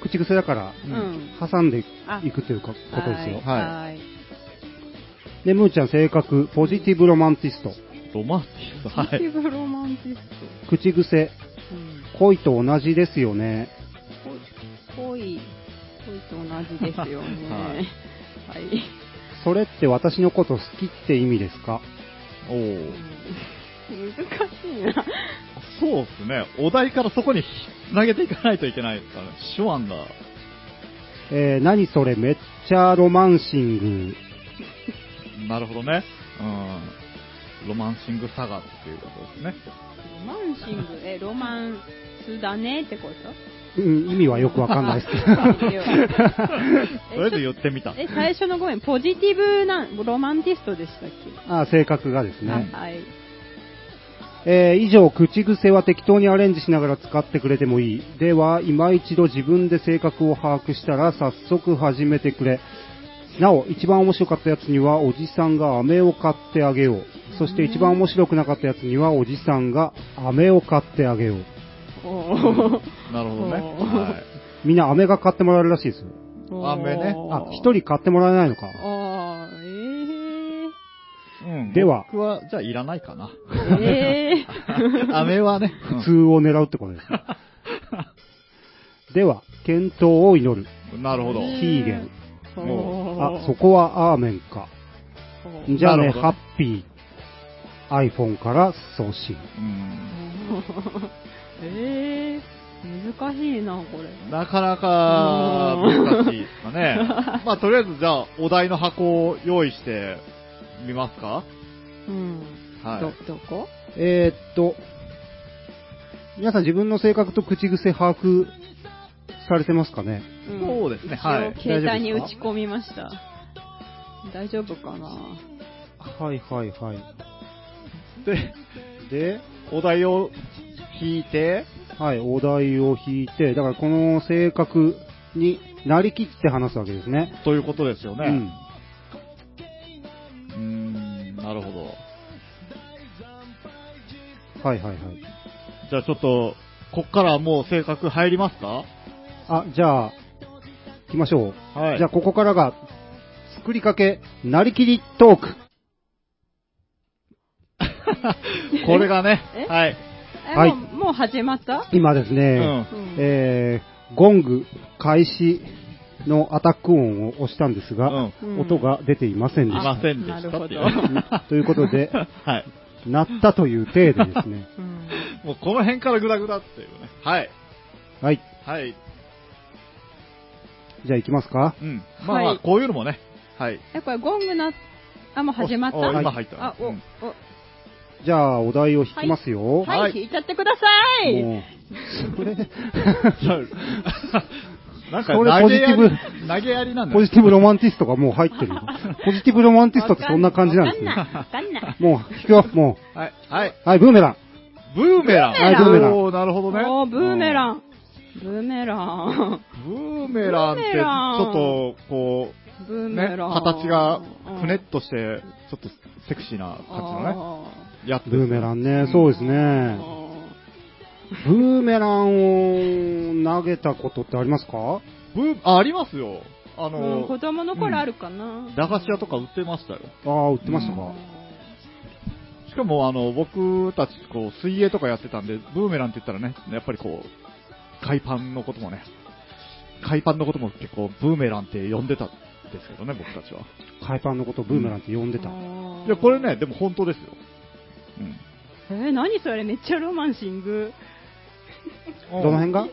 [SPEAKER 1] 口癖だから、
[SPEAKER 3] うん。うん。
[SPEAKER 1] 挟んでいくというかことですよ。
[SPEAKER 2] はい
[SPEAKER 3] い。
[SPEAKER 1] で、むーちゃん性格、ポジティブロマンティスト。
[SPEAKER 2] ロマンティスト。は
[SPEAKER 3] ポジテ
[SPEAKER 2] い。
[SPEAKER 3] ィブロマンティス
[SPEAKER 1] 口癖、
[SPEAKER 3] ト。うん。
[SPEAKER 1] 恋と同じですよね。
[SPEAKER 3] ぽい、ぽいと同じですよね。はい。
[SPEAKER 1] それって私のこと好きって意味ですか
[SPEAKER 2] お
[SPEAKER 3] う
[SPEAKER 2] お。
[SPEAKER 3] ん難しいな。
[SPEAKER 2] そうですね。お題からそこに繋げていかないといけないですからね。手腕だ。
[SPEAKER 1] えー、何それめっちゃロマンシング。
[SPEAKER 2] なるほどね。うん。ロマンシングサガっていうこと ですね。
[SPEAKER 3] ロマンシング、え、ロマンスだねってこと
[SPEAKER 1] うん、意味はよくわかんないですけど。
[SPEAKER 2] とりあえず言ってみた。
[SPEAKER 3] え、最初のごめん、ポジティブな、ロマンティストでしたっけ
[SPEAKER 1] あー性格がですね。
[SPEAKER 3] あはい。
[SPEAKER 1] えー以上、口癖は適当にアレンジしながら使ってくれてもいい。では、今一度自分で性格を把握したら、早速始めてくれ。なお、一番面白かったやつには、おじさんが飴を買ってあげよう。そして一番面白くなかったやつには、おじさんが飴を買ってあげよう。
[SPEAKER 3] おー
[SPEAKER 2] なるほどね。
[SPEAKER 3] おー
[SPEAKER 2] はい。
[SPEAKER 1] みんな飴が買ってもらえるらしいですよ。
[SPEAKER 2] 雨ね
[SPEAKER 3] おー
[SPEAKER 1] あ、一人買ってもらえないのか。
[SPEAKER 3] あーえ
[SPEAKER 2] うん
[SPEAKER 1] では
[SPEAKER 2] 僕は、じゃあいらないかな。
[SPEAKER 3] ー、え
[SPEAKER 2] 飴はね、
[SPEAKER 1] 普通を狙うってこと です。では、健闘を祈る。
[SPEAKER 2] うんなるほど。
[SPEAKER 1] ヒ
[SPEAKER 3] え
[SPEAKER 1] ーゲン。
[SPEAKER 3] ー、
[SPEAKER 2] も
[SPEAKER 1] あ、そこはアーメンか。じゃあね、
[SPEAKER 2] なるほどね
[SPEAKER 1] ハッピー iPhone から送信。
[SPEAKER 2] うん
[SPEAKER 3] えー、難しいな、これ。
[SPEAKER 2] なかなか難しいですか ね。まあ、とりあえずじゃあ、お題の箱を用意してみますか
[SPEAKER 3] うん。
[SPEAKER 2] は
[SPEAKER 3] ど、どこ
[SPEAKER 1] えー、っと、皆さん自分の性格と口癖把握されてますかね
[SPEAKER 3] うん
[SPEAKER 2] そうですね
[SPEAKER 3] 一応
[SPEAKER 2] はい
[SPEAKER 3] 携帯
[SPEAKER 1] 大丈
[SPEAKER 3] に
[SPEAKER 1] 夫
[SPEAKER 3] 打
[SPEAKER 1] です
[SPEAKER 3] ち込みました。大丈夫かな
[SPEAKER 1] はいはいはい。
[SPEAKER 2] い。で、
[SPEAKER 1] で、
[SPEAKER 2] お題を引いて、
[SPEAKER 1] はい、お題を引いて、だからこの性格になりきって話すわけですね。
[SPEAKER 2] ということですよ
[SPEAKER 1] う
[SPEAKER 2] ね
[SPEAKER 1] ん。。
[SPEAKER 2] うーん、なるほど。
[SPEAKER 1] はいはいはい。
[SPEAKER 2] じゃあちょっと、こっからはもう性格入りますか
[SPEAKER 1] あ、じゃあ、行きましょう。
[SPEAKER 2] はい。
[SPEAKER 1] じゃあここからが、作りかけ、なりきりトーク。
[SPEAKER 2] これがね
[SPEAKER 3] え、
[SPEAKER 2] はい。
[SPEAKER 3] え
[SPEAKER 1] はい
[SPEAKER 3] もうもう始まった
[SPEAKER 1] 今ですね、
[SPEAKER 2] うん
[SPEAKER 3] うん
[SPEAKER 1] えーゴング開始のアタック音を押したんですが、
[SPEAKER 3] うん
[SPEAKER 1] 音が出ていませんで
[SPEAKER 2] い
[SPEAKER 1] し
[SPEAKER 2] ま
[SPEAKER 1] た。
[SPEAKER 2] せんでしたって
[SPEAKER 3] あなるほ
[SPEAKER 2] いう。
[SPEAKER 1] ということで、
[SPEAKER 2] はい。
[SPEAKER 1] 鳴ったという体でですね。
[SPEAKER 3] うん
[SPEAKER 2] もうこの辺からグダグダっていうね。はい。
[SPEAKER 1] はい。
[SPEAKER 2] はい。
[SPEAKER 1] じゃあ行きますか。
[SPEAKER 2] うん。まあま
[SPEAKER 3] は
[SPEAKER 2] あ、
[SPEAKER 3] い
[SPEAKER 2] こういうのもね。 はい。
[SPEAKER 3] え、これゴングな、あ、もう始まった
[SPEAKER 2] おお今入った
[SPEAKER 3] あ、お、
[SPEAKER 2] うん
[SPEAKER 3] お、
[SPEAKER 1] じゃあ、お題を引きますよ。
[SPEAKER 2] はい
[SPEAKER 3] はい、聞いちゃってください
[SPEAKER 1] もうそれ、
[SPEAKER 2] なんか
[SPEAKER 1] それ
[SPEAKER 2] 投げや
[SPEAKER 1] ポ
[SPEAKER 2] り
[SPEAKER 1] ジテ、
[SPEAKER 2] 投げやりなんだ
[SPEAKER 1] ポジティブロマンティストがもう入ってるよ。ポジティブロマンティストってそんな感じなんですね
[SPEAKER 3] わ。かんない。 わかんない。
[SPEAKER 1] もう、引くよ、も
[SPEAKER 2] はい。はい。
[SPEAKER 1] う。はい、ブーメラン。
[SPEAKER 2] ブーメラン。
[SPEAKER 1] はいブーメラン
[SPEAKER 2] おーなるほどね。
[SPEAKER 3] おー、ブーメラン。ブーメラン。
[SPEAKER 2] ブーメランって、ちょっと、こ
[SPEAKER 3] ブ
[SPEAKER 2] う、
[SPEAKER 3] ー
[SPEAKER 2] ね、
[SPEAKER 3] メラン。
[SPEAKER 2] 形がくねっ
[SPEAKER 3] うん
[SPEAKER 2] として、ちょっとセクシーな感じのね、
[SPEAKER 3] あ
[SPEAKER 2] やつです
[SPEAKER 1] ブ
[SPEAKER 2] ね。
[SPEAKER 1] ーメランね、そうです
[SPEAKER 3] ー
[SPEAKER 1] ね。
[SPEAKER 3] あ
[SPEAKER 1] ブーメランを投げたことってありますか
[SPEAKER 2] ブーあ、ありますよ。あ
[SPEAKER 3] ーうん
[SPEAKER 2] の、
[SPEAKER 3] 子供の頃あるかな。
[SPEAKER 2] 駄菓子屋とか売ってましたよ。
[SPEAKER 1] ああ、売ってました
[SPEAKER 3] う
[SPEAKER 1] か
[SPEAKER 3] ん。
[SPEAKER 2] しかも、あの、僕たち、こう、水泳とかやってたんで、ブーメランって言ったらね、やっぱりこう、海パンのこともね、海パンのことも結構、ブーメランって呼んでたんですけどね、僕たちは。
[SPEAKER 1] 海パンのことをブーメランって呼んでた。
[SPEAKER 3] あー
[SPEAKER 2] いや、これ。ね、でも本当ですよ。うん。
[SPEAKER 3] えー、何それめっちゃロマンシング。
[SPEAKER 1] どの辺 が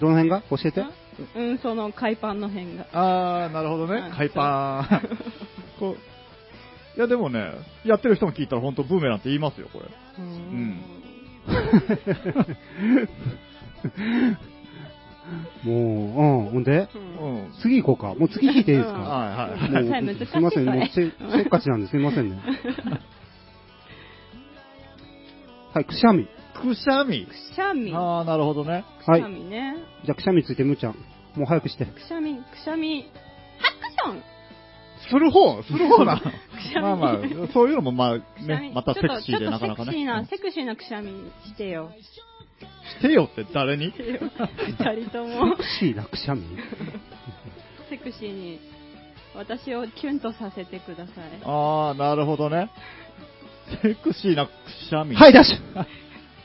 [SPEAKER 1] どの辺が教えて。
[SPEAKER 3] うん、その海パンの辺が。
[SPEAKER 2] あー、なるほど
[SPEAKER 3] は
[SPEAKER 2] ね
[SPEAKER 3] い。
[SPEAKER 2] 海パン。 こういや、でもね、やってる人も聞いたら本当ブーメランって言いますよ、これ。
[SPEAKER 3] うん
[SPEAKER 2] ん
[SPEAKER 1] もう、うん、ほんで、
[SPEAKER 3] うん
[SPEAKER 2] うん。
[SPEAKER 1] 次行こうか。もう次聞いていいですか
[SPEAKER 2] はいはい。
[SPEAKER 1] もう
[SPEAKER 3] はい難しい
[SPEAKER 1] すいません、もう
[SPEAKER 3] それ
[SPEAKER 1] せせ っかちなんですいませんね。はい、くしゃみ。
[SPEAKER 2] くしゃみ
[SPEAKER 3] く。しゃみ。
[SPEAKER 2] あー、なるほどね。
[SPEAKER 3] くし
[SPEAKER 1] はい
[SPEAKER 3] ゃみね。
[SPEAKER 1] じゃあ、くしゃみについてむーちゃん。もう早くして。
[SPEAKER 3] くしゃみ、くしゃみ。ハックション
[SPEAKER 2] する方する方な。
[SPEAKER 3] しゃみ
[SPEAKER 2] まあ まあ、そういうのもまあ
[SPEAKER 3] くしゃみ
[SPEAKER 2] ね、またセクシーでなかなかね。うん
[SPEAKER 3] ちょっとちょっとセクシーな、セクシーなくしゃみし てよ。
[SPEAKER 2] してよって誰に
[SPEAKER 3] 二人とも
[SPEAKER 1] く、しーなくしゃみ
[SPEAKER 3] セクシーに、私をキュンとさせてください。
[SPEAKER 2] あー、なるほどね。セクシーなくしゃみ。。
[SPEAKER 1] はいい、ダッシ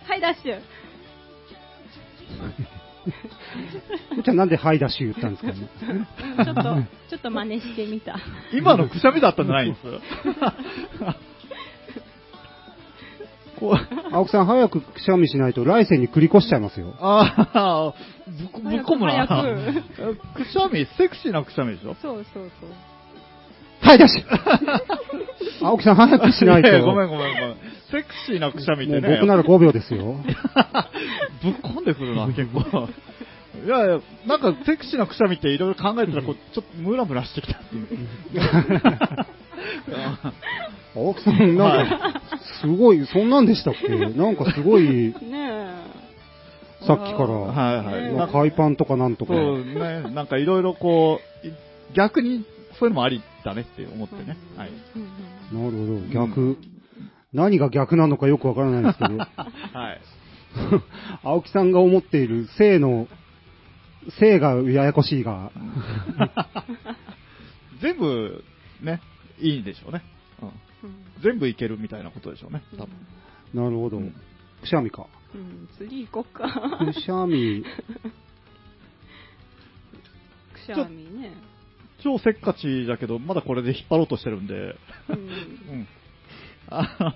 [SPEAKER 3] はい、ダッシュ。
[SPEAKER 1] ュむーちゃんなんではい、ダッシュ言ったんですかね。
[SPEAKER 3] うん ちょっと、ちょっと真似してみた。
[SPEAKER 2] 今のくしゃみだったんじゃないんです。こう
[SPEAKER 1] 青木さん、早くくしゃみしないと来世に繰り越しちゃいますよ。
[SPEAKER 2] ああ、ぶっこぶっ
[SPEAKER 3] 早く
[SPEAKER 2] 込むな。
[SPEAKER 3] 早
[SPEAKER 2] くしゃみ、セクシーなくしゃみでしょ
[SPEAKER 3] そうそうそう。
[SPEAKER 1] はい、ダッ シュ青木さん、早くしないと。
[SPEAKER 2] ややごめん
[SPEAKER 1] もう
[SPEAKER 2] ごめんごめん。セクシーなくしゃみってね。
[SPEAKER 1] 僕なら5秒です よ。
[SPEAKER 2] ぶっ込んでくるな、結構。いやいや、なんかセクシーなくしゃみっていろいろ考えたら、こう、ちょっとムラムラしてきたっていう。
[SPEAKER 1] 青木さん、なんか、すごい、そんなんでしたっ けなんかすごい、
[SPEAKER 3] ねえ。
[SPEAKER 1] さっきか
[SPEAKER 2] は
[SPEAKER 1] ら。
[SPEAKER 2] いはい。
[SPEAKER 1] ま
[SPEAKER 2] な
[SPEAKER 1] あ、
[SPEAKER 2] んか、
[SPEAKER 1] 海パンとかなんとか。
[SPEAKER 2] そうね、なんかいろいろこう、い逆にそういうのもありだねって思ってね。はい。
[SPEAKER 3] うんうん
[SPEAKER 1] なるほど、逆。何が逆なのかよくわからないんです けど、
[SPEAKER 2] はい。
[SPEAKER 1] 青木さんが思っている性の、性がややこしいが、
[SPEAKER 2] 全部、ね、いいんでしょうね。うん
[SPEAKER 3] うん
[SPEAKER 2] 全部いけるみたいなことでしょうね、多分。
[SPEAKER 1] なるほど、
[SPEAKER 2] うん
[SPEAKER 1] くしゃみか。
[SPEAKER 3] うん、次行こっか。
[SPEAKER 1] くしゃ み、
[SPEAKER 3] くしゃみね。
[SPEAKER 2] 超せっかちだけど、まだこれで引っ張ろうとしてるんで、
[SPEAKER 3] う
[SPEAKER 2] う
[SPEAKER 3] ん
[SPEAKER 2] ん。あ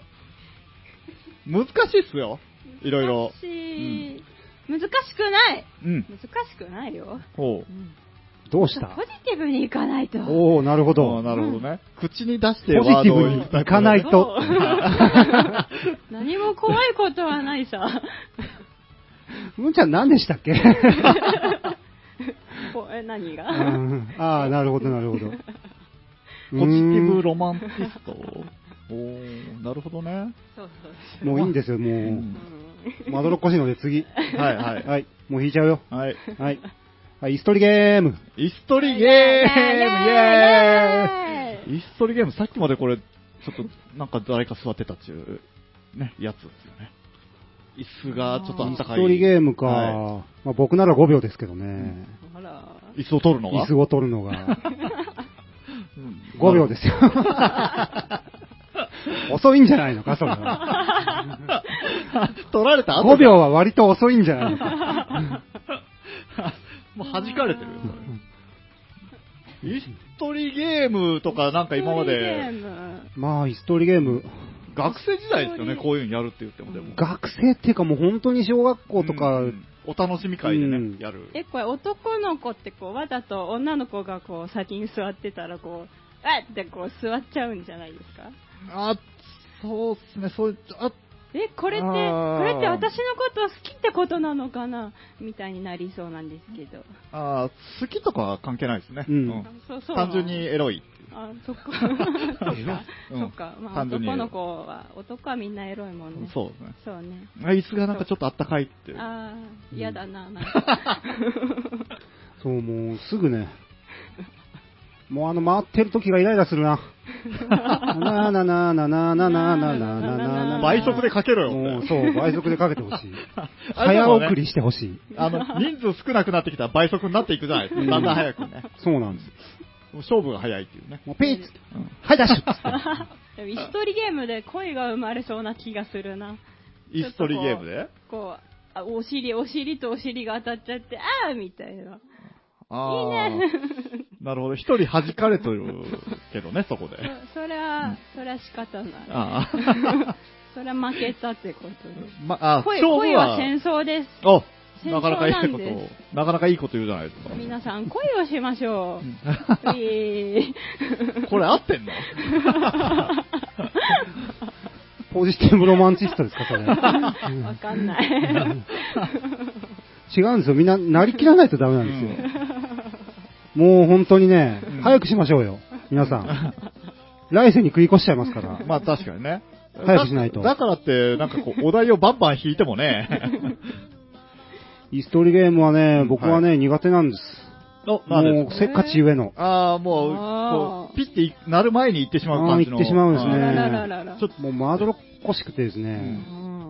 [SPEAKER 2] 難しいっすよ、いろいろ。
[SPEAKER 3] 難しい難しくない
[SPEAKER 2] うん。
[SPEAKER 3] 難しくないよ。
[SPEAKER 2] おう
[SPEAKER 3] うん
[SPEAKER 1] どう
[SPEAKER 3] ち
[SPEAKER 1] し
[SPEAKER 3] ょっと
[SPEAKER 1] た
[SPEAKER 3] ポジティブにいかないと。
[SPEAKER 1] おおなるほ
[SPEAKER 2] あー
[SPEAKER 1] ど。
[SPEAKER 2] なるほどね。口に出して
[SPEAKER 1] ポジ
[SPEAKER 2] ワー
[SPEAKER 1] ティ
[SPEAKER 2] ドを
[SPEAKER 1] ブ
[SPEAKER 2] 言
[SPEAKER 1] に
[SPEAKER 2] うタイプ
[SPEAKER 1] いか
[SPEAKER 2] だね
[SPEAKER 1] ない
[SPEAKER 3] そう
[SPEAKER 1] と。
[SPEAKER 3] 何も怖いことはないさ。
[SPEAKER 1] むんちゃん何でした っけ
[SPEAKER 3] こえ何
[SPEAKER 1] う
[SPEAKER 3] が
[SPEAKER 1] んああ、なるほど、なるほど。
[SPEAKER 2] ポジティブ
[SPEAKER 1] ロ
[SPEAKER 2] ロマンティスト。おーなるほどね。
[SPEAKER 3] そうそう
[SPEAKER 1] もういいんですよ、
[SPEAKER 2] う
[SPEAKER 1] も
[SPEAKER 2] ん
[SPEAKER 3] う
[SPEAKER 1] う。まどろっこしいので次。
[SPEAKER 2] はいはい。
[SPEAKER 1] はい、もう引いちゃうよ。
[SPEAKER 2] はい。
[SPEAKER 1] はい。はい、椅子取りゲーム。
[SPEAKER 2] 椅子取りゲームイエーイ椅子取りゲーム、さっきまでこれ、ちょっと、なんか誰か座ってたっちゅう、ね、やつですよね。椅子がちょっとあったかい。
[SPEAKER 1] 一人ゲームか、
[SPEAKER 2] は
[SPEAKER 1] まあ、僕なら5秒ですけどね、
[SPEAKER 3] んあら。
[SPEAKER 2] い椅子を取るのが
[SPEAKER 1] 椅子を取るの が
[SPEAKER 2] うん
[SPEAKER 1] 5秒ですよ。 遅いんじゃないのか、それは。
[SPEAKER 2] 取られた後
[SPEAKER 1] 5
[SPEAKER 2] で
[SPEAKER 1] 秒は割と遅いんじゃないのか。
[SPEAKER 2] もう弾かれてるよ、それ。椅子取りゲームとかなんか今ま
[SPEAKER 3] 一人ゲ
[SPEAKER 2] で、
[SPEAKER 3] ーム
[SPEAKER 1] まあ、椅子取りゲーム、
[SPEAKER 2] 学生時代ですよね、こういうのやるって言っても、でも。
[SPEAKER 1] 学生っていうかもう本当に小学校とか、
[SPEAKER 2] うんお楽しみ会でね、
[SPEAKER 1] うん
[SPEAKER 2] やる。
[SPEAKER 3] え、これ男の子ってこう、わざと女の子がこう、先に座ってたらこう、あっってこう、座っちゃうんじゃないですか
[SPEAKER 2] あ、そうっすね、そういう、あ、
[SPEAKER 3] え、これって、
[SPEAKER 2] あ
[SPEAKER 3] こ
[SPEAKER 2] ー
[SPEAKER 3] れって私のこと好きってことなのかなみたいになりそうなんですけど。
[SPEAKER 2] あー好きとかは関係ないですね。
[SPEAKER 1] うん
[SPEAKER 3] そうそうなの
[SPEAKER 2] 単純に。エロいっていう。
[SPEAKER 3] あ、そっか。
[SPEAKER 2] エロいうん
[SPEAKER 3] そっか。まあ、
[SPEAKER 2] 単純に
[SPEAKER 3] 男の子は、男はみんなエロいもんね。
[SPEAKER 2] そうですね。
[SPEAKER 3] そうね。
[SPEAKER 2] あ椅子がなんかちょっとあったかいっていう。
[SPEAKER 3] ああ、嫌だな、なん か。
[SPEAKER 1] そう、もうすぐね、 もうあの回ってる時がイライラするな。なななななななななななな
[SPEAKER 2] 倍速でかけろよ
[SPEAKER 1] も
[SPEAKER 2] っ
[SPEAKER 1] う
[SPEAKER 2] て。
[SPEAKER 1] そう、倍速でかけてほしい。
[SPEAKER 2] あれで
[SPEAKER 1] 早
[SPEAKER 2] もね
[SPEAKER 1] 送りしてほしい。
[SPEAKER 2] あ の、人数少なくなってきたら倍速になっていくじゃないですか。だんだん早くね。
[SPEAKER 1] そうなんです。
[SPEAKER 2] もう勝負が早いっていうね。
[SPEAKER 1] もうピーッつって
[SPEAKER 2] うん
[SPEAKER 1] はい、ダッシュっつ って
[SPEAKER 3] でも、一人ゲームで恋が生まれそうな気がするな。
[SPEAKER 2] 椅子取りゲームで
[SPEAKER 3] こう、あお尻、お尻とお尻が当たっちゃって、ああみたいな。
[SPEAKER 2] ああ。 なるほど。一人弾かれてるけどね、そこで。
[SPEAKER 3] そ それは、それは仕方ない。
[SPEAKER 2] ああ。
[SPEAKER 3] それは負けたってことです。
[SPEAKER 2] まあ、
[SPEAKER 3] 恋
[SPEAKER 2] 勝負
[SPEAKER 3] 恋は
[SPEAKER 2] は、
[SPEAKER 3] 戦争です。
[SPEAKER 2] お
[SPEAKER 3] 戦
[SPEAKER 2] なかなかいい
[SPEAKER 3] 争な
[SPEAKER 2] こ
[SPEAKER 3] んで
[SPEAKER 2] と、なかなかいいこと言うじゃないですか。
[SPEAKER 3] 皆さん、恋をしましょ
[SPEAKER 2] う
[SPEAKER 3] う。
[SPEAKER 2] ん
[SPEAKER 3] えー
[SPEAKER 2] これ合ってんの
[SPEAKER 1] ポジティブロマンチストですか、そ れ。
[SPEAKER 3] わかんない。
[SPEAKER 1] 違うんですよ。みんな、なりきらないとダメなんですよ。もう本当にね、
[SPEAKER 2] うん
[SPEAKER 1] 早くしましょうよ。皆さ ん。来世に食い越しちゃいますから。
[SPEAKER 2] まあ確かにね。
[SPEAKER 1] 早くしないと
[SPEAKER 2] だだからって、なんかこう、お題をバンバン引いても ね。
[SPEAKER 1] イストリゲームはね、僕はね、苦手なんです。
[SPEAKER 2] の
[SPEAKER 1] もう、せっかちゆえの。
[SPEAKER 2] ああ、もう
[SPEAKER 3] あー
[SPEAKER 2] こう、ピッてなる前に行ってしまう感じの。
[SPEAKER 1] あー行ってしまうんですね
[SPEAKER 3] あららららら
[SPEAKER 2] ちょっと
[SPEAKER 1] もう、まどろっこしくてです
[SPEAKER 2] う
[SPEAKER 1] ね。
[SPEAKER 2] ん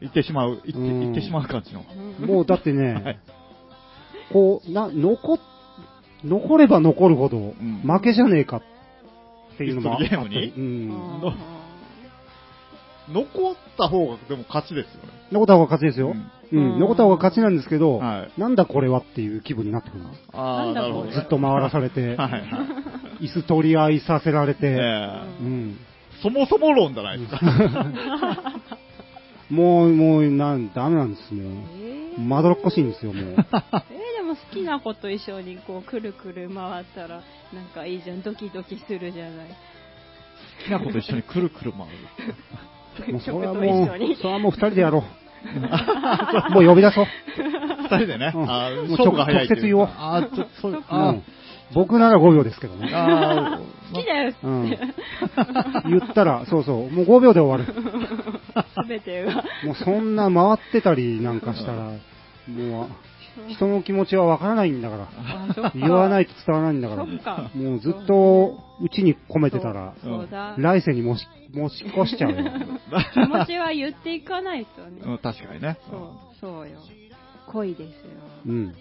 [SPEAKER 2] 行ってしまう、行って
[SPEAKER 1] うん
[SPEAKER 2] 行ってしまう感じの。
[SPEAKER 1] もう、だって
[SPEAKER 2] は
[SPEAKER 1] ね
[SPEAKER 2] い、
[SPEAKER 1] こう、な、残っ、残れば残るほど
[SPEAKER 2] ん、
[SPEAKER 1] 負けじゃねえかっていうのもあっ
[SPEAKER 2] イストリゲー
[SPEAKER 1] う
[SPEAKER 2] ムに
[SPEAKER 1] ん。
[SPEAKER 2] の残った方が、でも勝ちですよね。
[SPEAKER 1] 残った方が勝ちですよ。
[SPEAKER 3] う
[SPEAKER 1] うんん。残った方が勝ちなんですけど、
[SPEAKER 2] は
[SPEAKER 1] なんだこれはっていう気分になってくるな。
[SPEAKER 2] あ
[SPEAKER 3] な
[SPEAKER 2] あ、
[SPEAKER 3] んだ
[SPEAKER 2] なるほどね。
[SPEAKER 1] ずっと回らされて、
[SPEAKER 2] はいはい。
[SPEAKER 1] 椅子取り合いさせられて、
[SPEAKER 2] ええ
[SPEAKER 1] うん。
[SPEAKER 2] そもそも論じゃないですか。
[SPEAKER 1] もう、もう、なん、ダメなんです、も
[SPEAKER 3] えー
[SPEAKER 1] う。まどろっこしいんですよ、 もう。
[SPEAKER 3] えーでも好きな子と一緒にこうくるくる回ったらなんかいいじゃんドキドキするじゃない
[SPEAKER 2] 好きな子と一緒にくるくる回る。
[SPEAKER 1] もうそれは
[SPEAKER 3] 曲
[SPEAKER 1] もう
[SPEAKER 3] と一緒に、
[SPEAKER 1] それはもう二人でやろ う。もう呼び出そう。
[SPEAKER 2] 二人でね。
[SPEAKER 1] うん
[SPEAKER 2] あー
[SPEAKER 1] もう
[SPEAKER 2] 勝負が早いって
[SPEAKER 1] 直接
[SPEAKER 2] い
[SPEAKER 1] 言
[SPEAKER 2] う
[SPEAKER 1] おう
[SPEAKER 2] か。ああ、ちょっと、そう、
[SPEAKER 1] う
[SPEAKER 2] あ
[SPEAKER 1] ん僕なら5秒ですけど
[SPEAKER 2] ー
[SPEAKER 1] ね。
[SPEAKER 2] あー、
[SPEAKER 3] 好きだよ
[SPEAKER 1] うん。言ったら、そうそう、もう5秒で終わる。
[SPEAKER 3] すべてが
[SPEAKER 1] もうそんな回ってたりなんかしたら、もう、人の気持ちはわからないんだから。 言わないいと伝わらないんだから。
[SPEAKER 3] そっか
[SPEAKER 1] もうずっと、うちに込めてたら、
[SPEAKER 3] そうそうだ
[SPEAKER 1] 来世に持ち持ち越しちゃうよ。
[SPEAKER 3] 気持ちは言っていかないとね
[SPEAKER 2] うん確かにね。
[SPEAKER 3] そうそうよ恋ですよ
[SPEAKER 1] うん。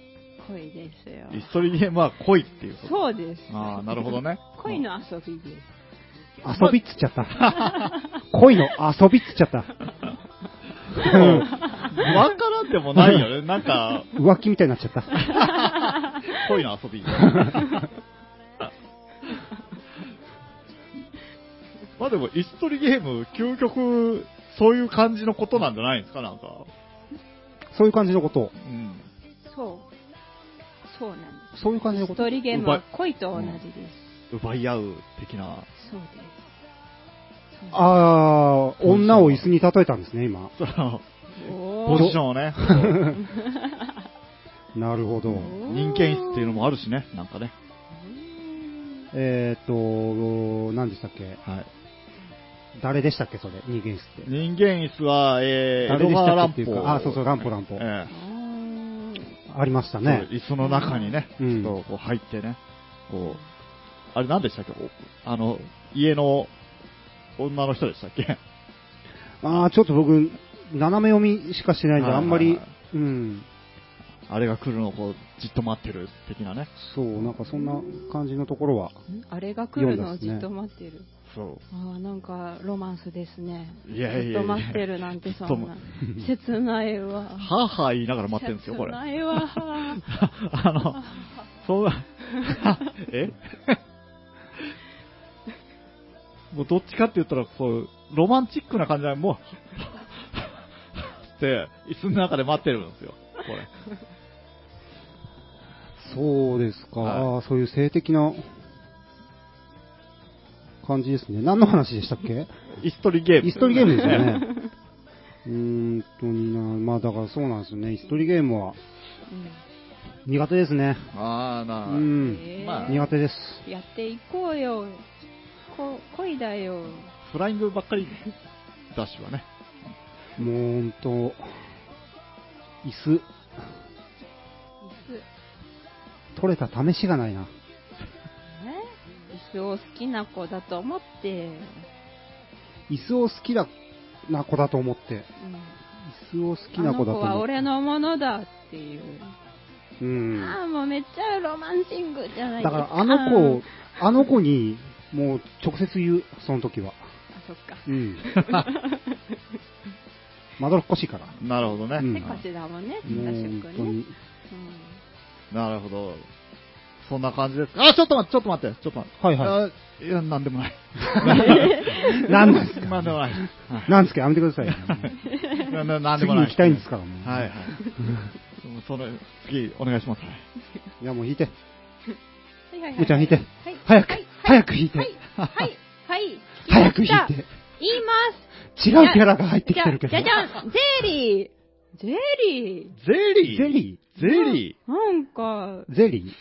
[SPEAKER 3] 恋ですよ
[SPEAKER 2] 椅子取りゲームは恋っていうこと。
[SPEAKER 3] そうです
[SPEAKER 2] ああ、なるほどね。
[SPEAKER 3] 恋の遊びです
[SPEAKER 1] 遊びっつっちゃった。恋の遊びっつっちゃ った。
[SPEAKER 2] うん。わからんでもないよね。なんか、
[SPEAKER 1] 浮気みたいになっちゃった。
[SPEAKER 2] 恋 の遊び。まあでも、椅子取りゲーム、究極、そういう感じのことなんじゃないんですか、なんか。
[SPEAKER 1] そういう感じのこと。
[SPEAKER 2] うん。
[SPEAKER 3] そうそうなんで
[SPEAKER 1] そういう感じの
[SPEAKER 3] す
[SPEAKER 1] こ
[SPEAKER 3] ス
[SPEAKER 1] と
[SPEAKER 3] トー。リーゲームは恋と同じです
[SPEAKER 2] 奪い合う的な。
[SPEAKER 3] そうです
[SPEAKER 1] あー、女を椅子に例えたんですね、今。
[SPEAKER 2] その、ポ
[SPEAKER 3] おー
[SPEAKER 2] ジションをね。
[SPEAKER 1] なるほど。
[SPEAKER 2] 人間椅子っていうのもあるしね、なんかね。
[SPEAKER 1] えーっと、何でしたっけ
[SPEAKER 2] はい。
[SPEAKER 1] 誰でしたっけ、それ。人間室って。
[SPEAKER 2] 人間椅子は、えー、エ
[SPEAKER 1] 誰
[SPEAKER 2] ド
[SPEAKER 1] でし
[SPEAKER 2] ファー・
[SPEAKER 1] た
[SPEAKER 2] ラ
[SPEAKER 1] っ
[SPEAKER 2] ン
[SPEAKER 1] けっていう
[SPEAKER 2] ポ
[SPEAKER 1] か
[SPEAKER 2] ー。
[SPEAKER 1] あそうそうランポランポ
[SPEAKER 2] ええ
[SPEAKER 3] うん
[SPEAKER 1] ありましたね。
[SPEAKER 2] そう椅子の中にね、
[SPEAKER 1] うん
[SPEAKER 2] ちょっとこう入ってね、こう、あれ何でしたっけおあの、家の女の人でしたっけ
[SPEAKER 1] ああ、ちょっと僕、斜め読みしかしてないんで、
[SPEAKER 2] はい
[SPEAKER 1] あ
[SPEAKER 2] はいはい
[SPEAKER 1] んまり、うん、
[SPEAKER 2] あれが来るのをこう、じっと待ってる的なね。
[SPEAKER 1] そう、なんかそんな感じのところは、
[SPEAKER 3] あれが来るのをじっと待ってる。
[SPEAKER 2] そ
[SPEAKER 3] ああ、なんかロマンスですね。
[SPEAKER 2] う。いやいやい
[SPEAKER 3] ず
[SPEAKER 2] や
[SPEAKER 3] っと待ってるなんてそんな。切ないわ。
[SPEAKER 2] はぁはぁ言いながら待ってるんですよ、これ。
[SPEAKER 3] 切
[SPEAKER 2] あ
[SPEAKER 3] ないわ。
[SPEAKER 2] の、そん な、えもうどっちかって言ったら、こう、ロマンチックな感じはもう、 って、椅子の中で待ってるんですよ、これ。
[SPEAKER 1] そうですか、
[SPEAKER 2] はい
[SPEAKER 1] あーそういう性的な感じですね。何の話でしたっけ
[SPEAKER 2] 椅子取りゲーム。
[SPEAKER 1] 椅子取りゲームですよね。うーんとにな、まあだからそうなんですよね。椅子取りゲームは苦手ですね。
[SPEAKER 2] ああ、な
[SPEAKER 1] う
[SPEAKER 2] あ、うん
[SPEAKER 1] ん、
[SPEAKER 2] まあ
[SPEAKER 1] 苦手です。
[SPEAKER 3] やっていこうよ。こ、恋だよ。
[SPEAKER 2] フライングばっかりダッシュはね。
[SPEAKER 1] もうほんと、椅
[SPEAKER 3] 椅子。
[SPEAKER 1] 子、取れた試しがないな。
[SPEAKER 3] え椅子を好きな子だと思って。
[SPEAKER 1] 椅子を好きだな子だと思って。
[SPEAKER 3] うん
[SPEAKER 1] 椅子を好きな子だと思って。
[SPEAKER 3] あの子は俺のものだっていう。
[SPEAKER 1] うん。
[SPEAKER 3] ああ、もうめっちゃロマンチングじゃない
[SPEAKER 1] だからあの子を、あの子に、もう直接言う、その時は。
[SPEAKER 3] あーあそっか。
[SPEAKER 1] うん。まどろっこしいから。
[SPEAKER 2] なるほど ね。
[SPEAKER 1] うん
[SPEAKER 3] せっかちだもんね、
[SPEAKER 1] もう
[SPEAKER 3] 確
[SPEAKER 1] 本
[SPEAKER 3] か
[SPEAKER 1] 当
[SPEAKER 3] にね
[SPEAKER 1] に。。
[SPEAKER 2] なるほど。そんな感じですか。あ、ちょっと待って、ちょっと待って、ちょっと待って。。
[SPEAKER 1] はいはい
[SPEAKER 2] いや、なんでもない。
[SPEAKER 1] 何 なんです
[SPEAKER 2] なんでも
[SPEAKER 1] か
[SPEAKER 2] ない。はい
[SPEAKER 1] なんですかやめてください。
[SPEAKER 2] な ななんで
[SPEAKER 1] 次
[SPEAKER 2] もない。
[SPEAKER 1] に行きたいんですからね。
[SPEAKER 2] はい はい。もうその、次、お願いします。
[SPEAKER 1] いや、もう引いて。
[SPEAKER 3] うんはいはいはい
[SPEAKER 1] むーちゃん引いて。
[SPEAKER 3] はい
[SPEAKER 1] 早く
[SPEAKER 3] はい、
[SPEAKER 1] 早く引いて
[SPEAKER 3] はい。、はい、はい。
[SPEAKER 1] 早く
[SPEAKER 3] 聞
[SPEAKER 1] 引
[SPEAKER 3] きました
[SPEAKER 1] いて。
[SPEAKER 3] 言います。
[SPEAKER 1] 違うキャラが入ってきてるけど。
[SPEAKER 3] じゃじゃじゃん、ゼリー。ゼリー。
[SPEAKER 2] ゼリー
[SPEAKER 1] ゼリ
[SPEAKER 2] ゼリ
[SPEAKER 3] なんか、
[SPEAKER 1] ーゼリー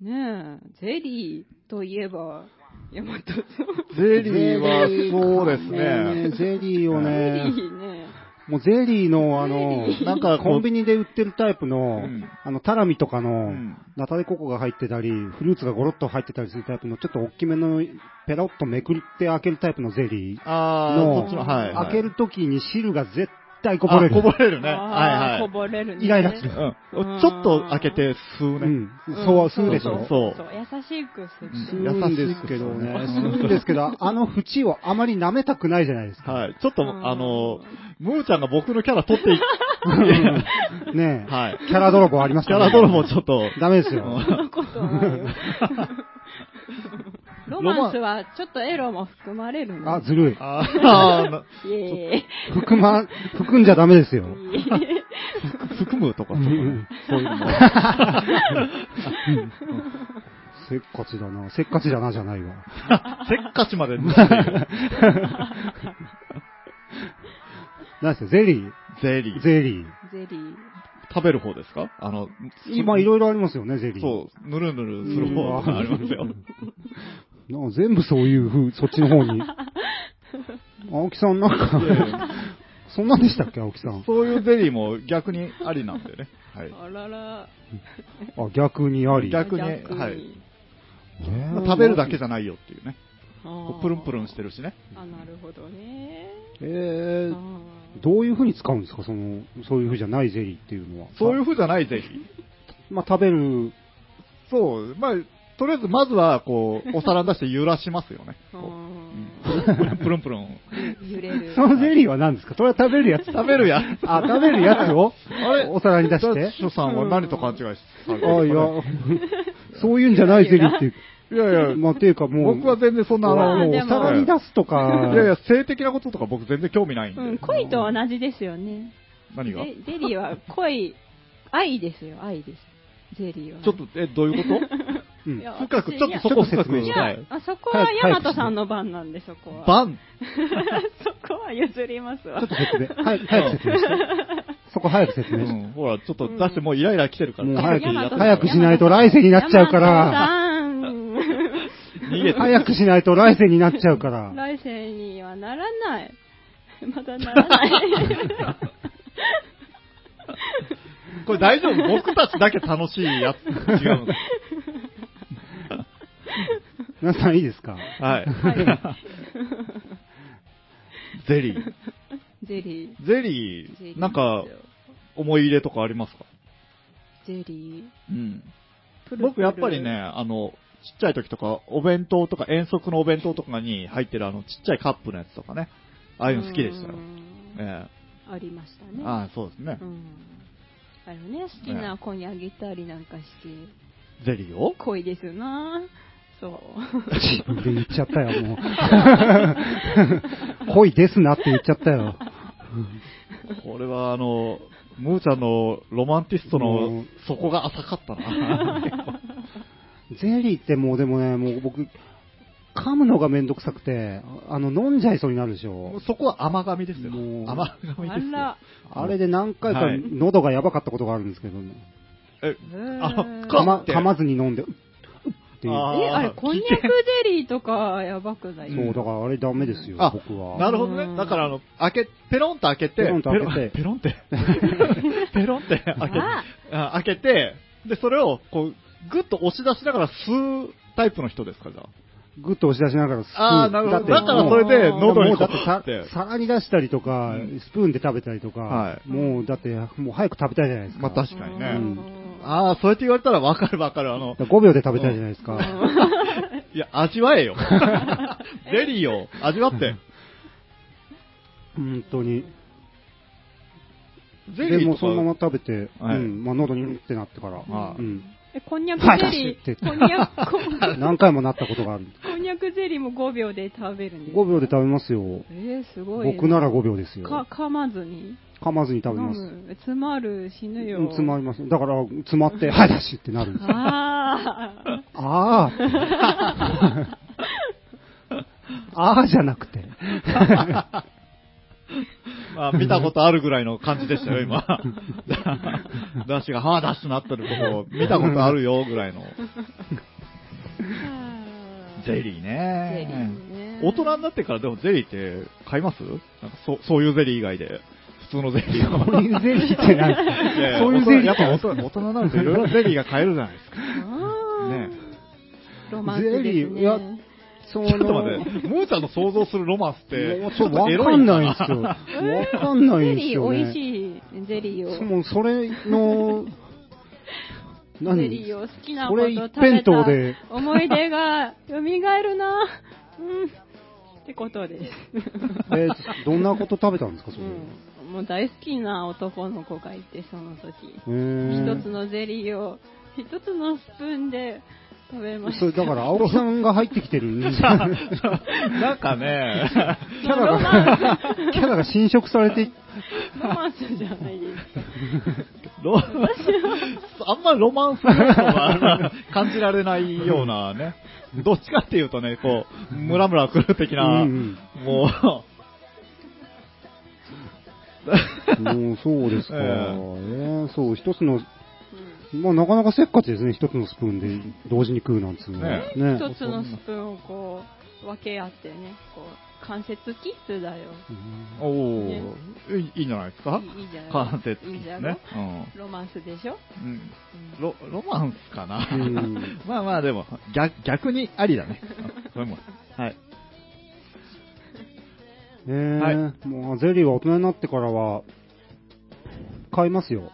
[SPEAKER 3] ねえ、ゼリーといえば、ヤマトさん。
[SPEAKER 2] ーゼリーはそうですね。
[SPEAKER 1] ゼリーを
[SPEAKER 3] ゼ
[SPEAKER 1] ね、
[SPEAKER 3] リーね。
[SPEAKER 1] もうゼリーのあの、
[SPEAKER 2] なんかこう
[SPEAKER 1] コンビニで売ってるタイプの、
[SPEAKER 2] うん
[SPEAKER 1] あの、タラミとか
[SPEAKER 2] う
[SPEAKER 1] の
[SPEAKER 2] ん、
[SPEAKER 1] ナタデココが入ってたり、フルーツがゴロッと入ってたりするタイプの、ちょっと大きめの、ペロッとめくって開けるタイプのゼリー
[SPEAKER 2] あー、
[SPEAKER 1] の、
[SPEAKER 2] こっちの、はい。
[SPEAKER 1] 開けるときに汁が絶対こぼれる。
[SPEAKER 2] あこぼれるね。は
[SPEAKER 3] あー
[SPEAKER 2] い
[SPEAKER 3] こ
[SPEAKER 2] はい。
[SPEAKER 3] ぼれるね。
[SPEAKER 1] イライラする。
[SPEAKER 2] うん。ちょっと開けて吸う
[SPEAKER 1] う
[SPEAKER 2] ね。
[SPEAKER 1] ん。そう、吸うでし
[SPEAKER 3] そ
[SPEAKER 1] ょ
[SPEAKER 3] う。
[SPEAKER 2] そう
[SPEAKER 3] そう、優しくする。
[SPEAKER 2] うん
[SPEAKER 1] 吸うんですけどね。
[SPEAKER 2] 優しい
[SPEAKER 1] 吸うんですけど、あの縁をあまり舐めたくないじゃないですか。
[SPEAKER 2] はい。ちょっと、
[SPEAKER 3] うん
[SPEAKER 2] あの、ムーちゃんが僕のキャラ取 ってい、
[SPEAKER 1] ねえ。
[SPEAKER 2] はい。
[SPEAKER 1] キャラ泥棒あります
[SPEAKER 2] キ
[SPEAKER 1] か
[SPEAKER 2] ャ
[SPEAKER 1] ら
[SPEAKER 2] ラ
[SPEAKER 1] ね
[SPEAKER 2] 泥棒ちょっと、
[SPEAKER 1] ダメですよ。
[SPEAKER 2] うん
[SPEAKER 3] そんなことないよ。ロマンスはちょっとエロも含まれるの。
[SPEAKER 1] あ、ずるい。
[SPEAKER 2] あーあーな
[SPEAKER 3] イエ
[SPEAKER 1] 含ま、含んじゃダメですよ。
[SPEAKER 3] ーイ。
[SPEAKER 2] 含むとか、そう
[SPEAKER 1] うん
[SPEAKER 2] そういうのも。
[SPEAKER 1] せっかちだな。せっかちだなじゃないわ。
[SPEAKER 2] せっかちまで。ゼ
[SPEAKER 1] 何ですかゼリー
[SPEAKER 2] リー。
[SPEAKER 1] ゼリー。
[SPEAKER 3] ゼリー。
[SPEAKER 2] 食べる方ですかあの、
[SPEAKER 1] 今いろいろありますよね、ゼリー。
[SPEAKER 2] そう、ぬるぬるする方がありますよ。
[SPEAKER 1] う。なんか全部そういう風、そっちの方に。青木さんなんか
[SPEAKER 2] いやいや、
[SPEAKER 1] そんなんでしたっけ、青木さん。
[SPEAKER 2] そういうゼリーも逆にありなんだよね。はい。
[SPEAKER 3] あらら。
[SPEAKER 1] あ、逆にあり。
[SPEAKER 2] 逆にはいまあ食べるだけじゃないよっていうね。こうプルンプルンして
[SPEAKER 3] る。
[SPEAKER 2] るしね。
[SPEAKER 3] あ、なるほどね。
[SPEAKER 1] えー、
[SPEAKER 3] あ
[SPEAKER 1] どういう風に使うんですか、その、そういう風じゃないゼリーっていうのは。
[SPEAKER 2] そういう風じゃないゼリー。
[SPEAKER 1] まあ、食べる、
[SPEAKER 2] そう、まあ、とりあえずまずは、こう、お皿出して揺らしますよね。
[SPEAKER 3] ー
[SPEAKER 2] こ
[SPEAKER 3] あ
[SPEAKER 2] うプルンプルンプルン。
[SPEAKER 3] ー揺れる。
[SPEAKER 1] そのゼリーは何ですかそれは食べるやつ
[SPEAKER 2] 食べるやん。
[SPEAKER 1] あ、食べるやつを
[SPEAKER 2] あれ
[SPEAKER 1] お皿に出して
[SPEAKER 2] ショさんは何と勘違いされてる
[SPEAKER 1] あ、いや、そういうんじゃないゼリーって。いやいや、まあ、ていうかもう、
[SPEAKER 2] 僕は全然そん
[SPEAKER 1] も
[SPEAKER 2] な、
[SPEAKER 1] う
[SPEAKER 2] あの、
[SPEAKER 1] もう
[SPEAKER 3] で
[SPEAKER 1] お
[SPEAKER 3] も
[SPEAKER 1] 皿に出すとか、
[SPEAKER 2] いやいや、性的なこととか僕全然興味ないんで。
[SPEAKER 3] うん、恋と同じですよね。
[SPEAKER 2] 何
[SPEAKER 3] ゼ
[SPEAKER 2] が
[SPEAKER 3] ゼリーは恋、愛ですよ、愛です。ゼリーは。
[SPEAKER 2] ちょっと、え、どういうこ
[SPEAKER 1] うん
[SPEAKER 3] いや
[SPEAKER 2] と深く、
[SPEAKER 3] 私
[SPEAKER 2] ちょ
[SPEAKER 3] い
[SPEAKER 2] っ
[SPEAKER 3] や
[SPEAKER 2] とそこ深く。
[SPEAKER 1] い
[SPEAKER 3] い
[SPEAKER 1] や
[SPEAKER 2] は
[SPEAKER 3] や
[SPEAKER 2] い、
[SPEAKER 3] あそこはヤマトさんの番なんで、そこは。
[SPEAKER 2] バン
[SPEAKER 3] そこは譲りますわ
[SPEAKER 1] ちょっ。と説明。はい、早く説明して。そこ早く説
[SPEAKER 2] う
[SPEAKER 1] 明して。
[SPEAKER 2] ん、ほら、ちょっと出してもうイライラ来てるか
[SPEAKER 1] もう
[SPEAKER 2] ら、
[SPEAKER 1] 早
[SPEAKER 3] ヤマ
[SPEAKER 1] く、
[SPEAKER 3] ト
[SPEAKER 1] 早くしないと来世になっちゃうから、
[SPEAKER 3] ヤマト
[SPEAKER 2] 逃げて。
[SPEAKER 1] 早くしないと来世になっちゃうか
[SPEAKER 3] さん、
[SPEAKER 1] ら、
[SPEAKER 3] 来世にはならない。 まだならない。
[SPEAKER 2] これ大丈夫僕たちだけ楽しいやつ。違う
[SPEAKER 1] 皆さんいいですか
[SPEAKER 2] の。はい。 ゼリー。
[SPEAKER 3] ゼリー。
[SPEAKER 2] ゼリ
[SPEAKER 3] ゼリー
[SPEAKER 2] ー、なんか、思い入れとかありますか
[SPEAKER 3] ゼリー。
[SPEAKER 2] うん。
[SPEAKER 3] プルプル
[SPEAKER 2] 僕やっぱりね、。あの、ちっちゃい時とか、お弁当とか、遠足のお弁当とかに入ってるあの、ちっちゃいカップのやつとかね。ああいうの好きでしたよ
[SPEAKER 3] う。ん
[SPEAKER 2] え
[SPEAKER 3] ありました
[SPEAKER 2] え
[SPEAKER 3] ね。
[SPEAKER 2] ああ、そうですね
[SPEAKER 3] う。んあれね、好きな子にあげたりなんかして、
[SPEAKER 2] ゼリーを
[SPEAKER 3] 恋ですなそう。
[SPEAKER 1] 自分で言っちゃったよ、もう。 恋ですなって言っちゃったよ。
[SPEAKER 2] これはあの、ムーちゃんのロマンティスト
[SPEAKER 1] う
[SPEAKER 2] の
[SPEAKER 1] ん
[SPEAKER 2] 底が浅かったな。
[SPEAKER 1] ゼリーってもうでもね、もう僕、噛むのがめんどくさくて、あの、飲んじゃいそうになるでしょ。
[SPEAKER 2] そこは甘噛みですよ。
[SPEAKER 1] もう
[SPEAKER 2] 甘噛み
[SPEAKER 3] あ
[SPEAKER 2] ですよ
[SPEAKER 3] ら。。
[SPEAKER 1] あれで何回か
[SPEAKER 2] はい
[SPEAKER 1] 喉がやばかったことがあるんですけど、
[SPEAKER 2] え
[SPEAKER 3] へー
[SPEAKER 2] あ
[SPEAKER 1] 噛
[SPEAKER 2] っ
[SPEAKER 1] ま
[SPEAKER 2] て
[SPEAKER 1] 噛まずに飲んで、うっっていう。
[SPEAKER 2] あー
[SPEAKER 3] え、あれ、こんにゃくゼリーとか、やばくない
[SPEAKER 1] そう、だからあれダメですよ
[SPEAKER 2] あ、
[SPEAKER 1] 僕は。
[SPEAKER 2] なるほど
[SPEAKER 3] うん
[SPEAKER 2] ね。だから、あの、開け、ペロンと開けて、
[SPEAKER 1] ペロンと開けて
[SPEAKER 2] ペロ ンペロンって、ペロンって開け
[SPEAKER 3] あ
[SPEAKER 2] あ開けて、で、それを、こう、ぐっと押し出しながら吸うタイプの人ですか、じゃ
[SPEAKER 1] ぐっと押し出しながら吸う。
[SPEAKER 2] あ。あーなるほ
[SPEAKER 1] っ
[SPEAKER 2] ど。
[SPEAKER 1] て
[SPEAKER 2] だから、
[SPEAKER 1] もう
[SPEAKER 2] それで、
[SPEAKER 3] もう
[SPEAKER 2] 喉
[SPEAKER 1] も
[SPEAKER 2] に
[SPEAKER 1] うだってさ
[SPEAKER 2] って、
[SPEAKER 1] 皿に出したりとか、
[SPEAKER 2] うん
[SPEAKER 1] スプーンで食べたりとか、
[SPEAKER 2] は
[SPEAKER 1] もうだって、もう早く食べたいじゃないですか。
[SPEAKER 2] まあ、確かに
[SPEAKER 3] う
[SPEAKER 2] ね。
[SPEAKER 3] ん
[SPEAKER 2] ああ、そうやって言われたらわかるわかる。あの、
[SPEAKER 1] 5秒で食べたいじゃないですか。
[SPEAKER 2] いや、味わ えよ。ゼリーを味わって。
[SPEAKER 1] 本当に。
[SPEAKER 2] ゼリ
[SPEAKER 1] で
[SPEAKER 2] ー
[SPEAKER 1] もう
[SPEAKER 2] とか
[SPEAKER 1] そのまま食べて、
[SPEAKER 2] はい
[SPEAKER 1] うん、まあ喉にうんってなってから、
[SPEAKER 2] ああ
[SPEAKER 1] うん、
[SPEAKER 3] え、こんにゃくゼリ
[SPEAKER 1] はい出
[SPEAKER 3] ー、
[SPEAKER 1] して
[SPEAKER 3] こんにゃく、こん
[SPEAKER 1] 何回もなったことがある。
[SPEAKER 3] こんにゃくゼリーも5秒で食べるんですか
[SPEAKER 1] 5秒で食べますよ。
[SPEAKER 3] えー、すごい。
[SPEAKER 1] 僕なら5秒ですよ。
[SPEAKER 3] か、噛まずに。
[SPEAKER 1] 噛まずに食べます。
[SPEAKER 3] 飲む詰まる、死ぬよ
[SPEAKER 1] うん。詰まります。だから、詰まって、はい、だしってなるんです。
[SPEAKER 3] あ あ。
[SPEAKER 1] ああ。 ああじゃなくて。
[SPEAKER 2] まあ、見たことあるぐらいの感じでしたよ、今。 ダッシュが、はあ、ダッシュなってるとこを見たことあるよ、ぐらいの。ゼリーね
[SPEAKER 3] ゼリーね
[SPEAKER 2] 大人になってからでもゼリーって買いますなんかそそういうゼリー以外で。普通のゼリー
[SPEAKER 1] そういうゼリーってない
[SPEAKER 2] やいや
[SPEAKER 1] い。 そういうゼリー
[SPEAKER 2] や
[SPEAKER 1] っ
[SPEAKER 2] っぱ
[SPEAKER 1] てな
[SPEAKER 2] 大
[SPEAKER 1] い
[SPEAKER 2] 人大人になるといろいろゼリーが買えるじゃないですか。
[SPEAKER 3] あー
[SPEAKER 2] ね
[SPEAKER 3] ロマンスですね。
[SPEAKER 1] ゼリーいやその
[SPEAKER 2] ちょっと待って、ムーちゃんの想像するロマンスって
[SPEAKER 1] もう、ち
[SPEAKER 2] ち
[SPEAKER 1] ょ
[SPEAKER 2] ょ
[SPEAKER 1] っ
[SPEAKER 2] っ
[SPEAKER 1] と
[SPEAKER 2] とエ
[SPEAKER 1] わ
[SPEAKER 2] ロ
[SPEAKER 1] か
[SPEAKER 2] い
[SPEAKER 1] ん
[SPEAKER 2] な
[SPEAKER 1] ないん ですよ。わかんないんですよ、ね。
[SPEAKER 3] ゼリー、美味しいゼリーを。
[SPEAKER 1] もうそれの、
[SPEAKER 3] ゼリーを好きなこ
[SPEAKER 1] ことれ
[SPEAKER 3] 食
[SPEAKER 1] 一
[SPEAKER 3] べ
[SPEAKER 1] 辺
[SPEAKER 3] た
[SPEAKER 1] 倒で、
[SPEAKER 3] 思い出が蘇るなうん。ってことです。
[SPEAKER 1] えーどんなこと食べたんですか、それ。
[SPEAKER 3] うん。もう大好きな男の子がいて、その時。
[SPEAKER 1] えー
[SPEAKER 3] 一つのゼリーを、一つのスプーンで食べました。
[SPEAKER 1] それだから、青木さんが入ってきてる。キ
[SPEAKER 2] なんかね、
[SPEAKER 1] ャラが、キャラが侵食されてい、
[SPEAKER 3] ロマンスじゃないですか。
[SPEAKER 2] ロ あんまロマンスは感じられないようなね、どっちかっていうとね、こう、ムラムラくる的な、
[SPEAKER 1] うん
[SPEAKER 2] もう、
[SPEAKER 1] もうそうですか。え
[SPEAKER 2] ええ
[SPEAKER 1] ーそう、一つの、まあなかなかせっかちですね、一つのスプーンで同時に食うなんつうのは。
[SPEAKER 2] ね
[SPEAKER 1] ね
[SPEAKER 3] 一つのスプーンをこう、分け合ってね、こう、関節キスだよ。
[SPEAKER 1] うん
[SPEAKER 2] おお、いいいんじゃないですか
[SPEAKER 3] いいいいじゃない
[SPEAKER 2] 関節
[SPEAKER 3] いいじゃな
[SPEAKER 2] ね
[SPEAKER 3] い。ロマンスでしょ
[SPEAKER 2] うんうんロロマンスかな、
[SPEAKER 1] うん
[SPEAKER 2] まあまあでも逆逆にありだねそれもはい
[SPEAKER 1] えー
[SPEAKER 2] は
[SPEAKER 1] もうゼリーは大人になってからは、買いますよ。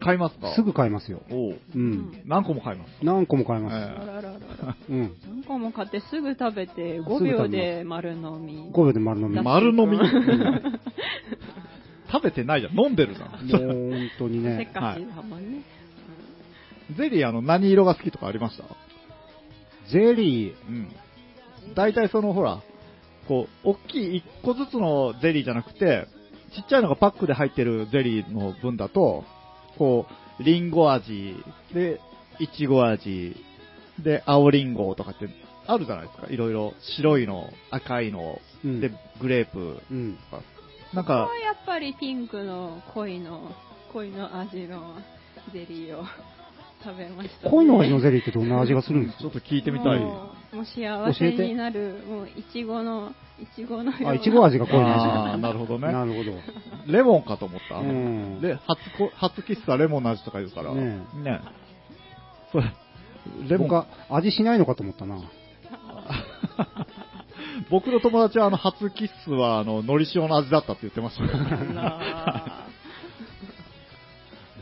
[SPEAKER 2] 買いますか
[SPEAKER 1] すぐ買いますよ。
[SPEAKER 2] おう
[SPEAKER 1] うん。
[SPEAKER 2] 何個も買います
[SPEAKER 1] 何個も買います。
[SPEAKER 3] あらららら。
[SPEAKER 1] うん。
[SPEAKER 3] 何個も買ってすぐ食べて、
[SPEAKER 1] すぐ食
[SPEAKER 3] 5
[SPEAKER 1] べます
[SPEAKER 3] 秒で丸飲み。
[SPEAKER 1] 5秒で丸飲み。
[SPEAKER 3] だ
[SPEAKER 1] もう
[SPEAKER 2] 丸飲 み食べてないじゃん飲んでるじゃん
[SPEAKER 1] 本当に
[SPEAKER 3] せっ
[SPEAKER 1] ね。
[SPEAKER 3] かちだもんね。
[SPEAKER 2] ゼリーあの何色が好きとかありました
[SPEAKER 1] ゼリー、
[SPEAKER 2] うん大体そのほらこう大きい1個ずつのゼリーじゃなくてちっちゃいのがパックで入ってるゼリーの分だとこうリンゴ味でいちご味で青リンゴとかってあるじゃないですかいろいろ白いの赤いの
[SPEAKER 1] うん
[SPEAKER 2] でグレープ
[SPEAKER 1] うん。
[SPEAKER 2] とかなん
[SPEAKER 3] こ
[SPEAKER 2] か
[SPEAKER 3] れはやっぱりピンクの濃いの、濃いの味のゼリーを食べました、
[SPEAKER 1] 濃いの味のゼリーってどんな味がするんです
[SPEAKER 2] ちょ
[SPEAKER 1] か
[SPEAKER 2] っと聞いてみたい
[SPEAKER 3] もうもう幸せになる、もういちごの、いちごのような。
[SPEAKER 1] あ、いちご味が濃いの
[SPEAKER 2] あーなるほど
[SPEAKER 1] 味。な
[SPEAKER 2] ね
[SPEAKER 1] るほど。
[SPEAKER 2] レモンかと思った、
[SPEAKER 1] うん
[SPEAKER 2] で初こ初喫茶レモンの味とか言うから
[SPEAKER 1] ね
[SPEAKER 2] ねそれレモン
[SPEAKER 1] 僕は味しないのかと思ったな。
[SPEAKER 2] 僕の友達はあの初キッスはあののり塩の味だったって言ってました
[SPEAKER 3] あ
[SPEAKER 2] ね
[SPEAKER 3] ら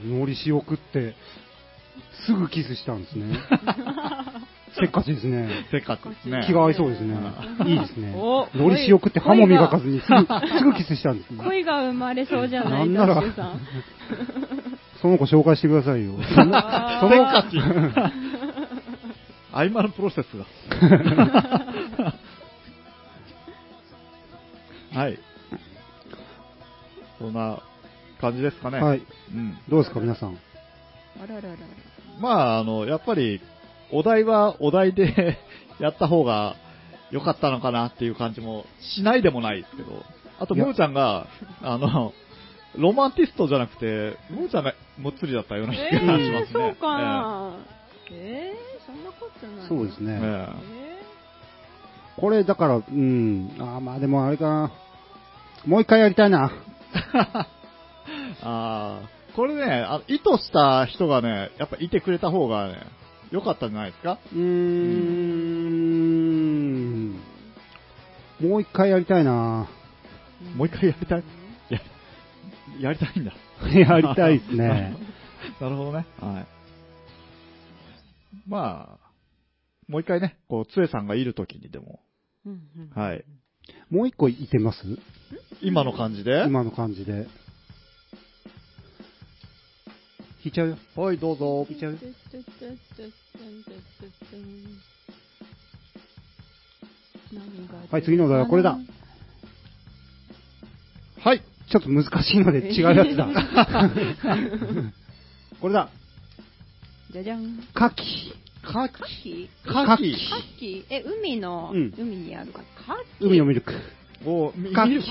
[SPEAKER 1] のり塩食って、すぐキスしたんです ね。せっかちですね。
[SPEAKER 2] せっかちですね
[SPEAKER 1] 気が合いそうですね。いいですね。
[SPEAKER 3] お
[SPEAKER 1] のり塩食って歯も磨かずにすぐ、すぐキスしたんですね。
[SPEAKER 3] 恋が生まれそうじゃない、
[SPEAKER 1] なんなら
[SPEAKER 3] ダッシュさん。
[SPEAKER 1] その子紹介してくださいよ。その
[SPEAKER 3] あー
[SPEAKER 1] そ
[SPEAKER 2] せっ
[SPEAKER 1] の
[SPEAKER 2] かち 合間のプロセスが。はい。そんな感じですかね。
[SPEAKER 1] はい。
[SPEAKER 2] うん。
[SPEAKER 1] どうですか、皆さん。
[SPEAKER 3] あらららら。
[SPEAKER 2] まあ、あの、やっぱり、お題はお題で やった方が良かったのかなっていう感じもしないでもないですけど、あと、
[SPEAKER 1] いや
[SPEAKER 2] むーちゃんが、あの、ロマンティストじゃなくて、むーちゃんがもっつりだったような気が
[SPEAKER 3] え
[SPEAKER 2] しま
[SPEAKER 3] ー、
[SPEAKER 2] すね。
[SPEAKER 3] そうかな。えー、そんなことない。
[SPEAKER 1] そうです
[SPEAKER 2] ええ
[SPEAKER 1] ね。
[SPEAKER 2] ええ
[SPEAKER 3] え
[SPEAKER 1] これ、だから、うん。あーまあでもあれかな。もう一回やりたいな。
[SPEAKER 2] あーこれねあの、意図した人がね、やっぱいてくれた方がね、良かったんじゃないですか
[SPEAKER 1] うーん。もう一回やりたい な。
[SPEAKER 3] ー
[SPEAKER 2] もう一回やりたいや、やりたいんだ。
[SPEAKER 1] やりたいです ね。
[SPEAKER 2] なるほどね。はい。まあ、もう一回ね、こう、つえさんがいるときにでも、
[SPEAKER 3] うんうん
[SPEAKER 2] はい。
[SPEAKER 1] もう一個いてます
[SPEAKER 2] 今の感じで、
[SPEAKER 1] 今の感じで。引いちゃうよ。
[SPEAKER 2] はい、どうぞ。
[SPEAKER 1] はい次のお題はこれだ
[SPEAKER 2] はい。
[SPEAKER 1] ちょっと難しいので 違うやつだ。これだ。
[SPEAKER 3] じゃじゃん。
[SPEAKER 1] 牡蠣。
[SPEAKER 2] か
[SPEAKER 3] カキ
[SPEAKER 2] か
[SPEAKER 1] 牡蠣
[SPEAKER 2] き
[SPEAKER 3] カキえ、海の、
[SPEAKER 1] うん
[SPEAKER 3] 海にあるか。カキ
[SPEAKER 1] 海のミル ク。
[SPEAKER 2] を、ミ
[SPEAKER 1] かき
[SPEAKER 2] ミルク、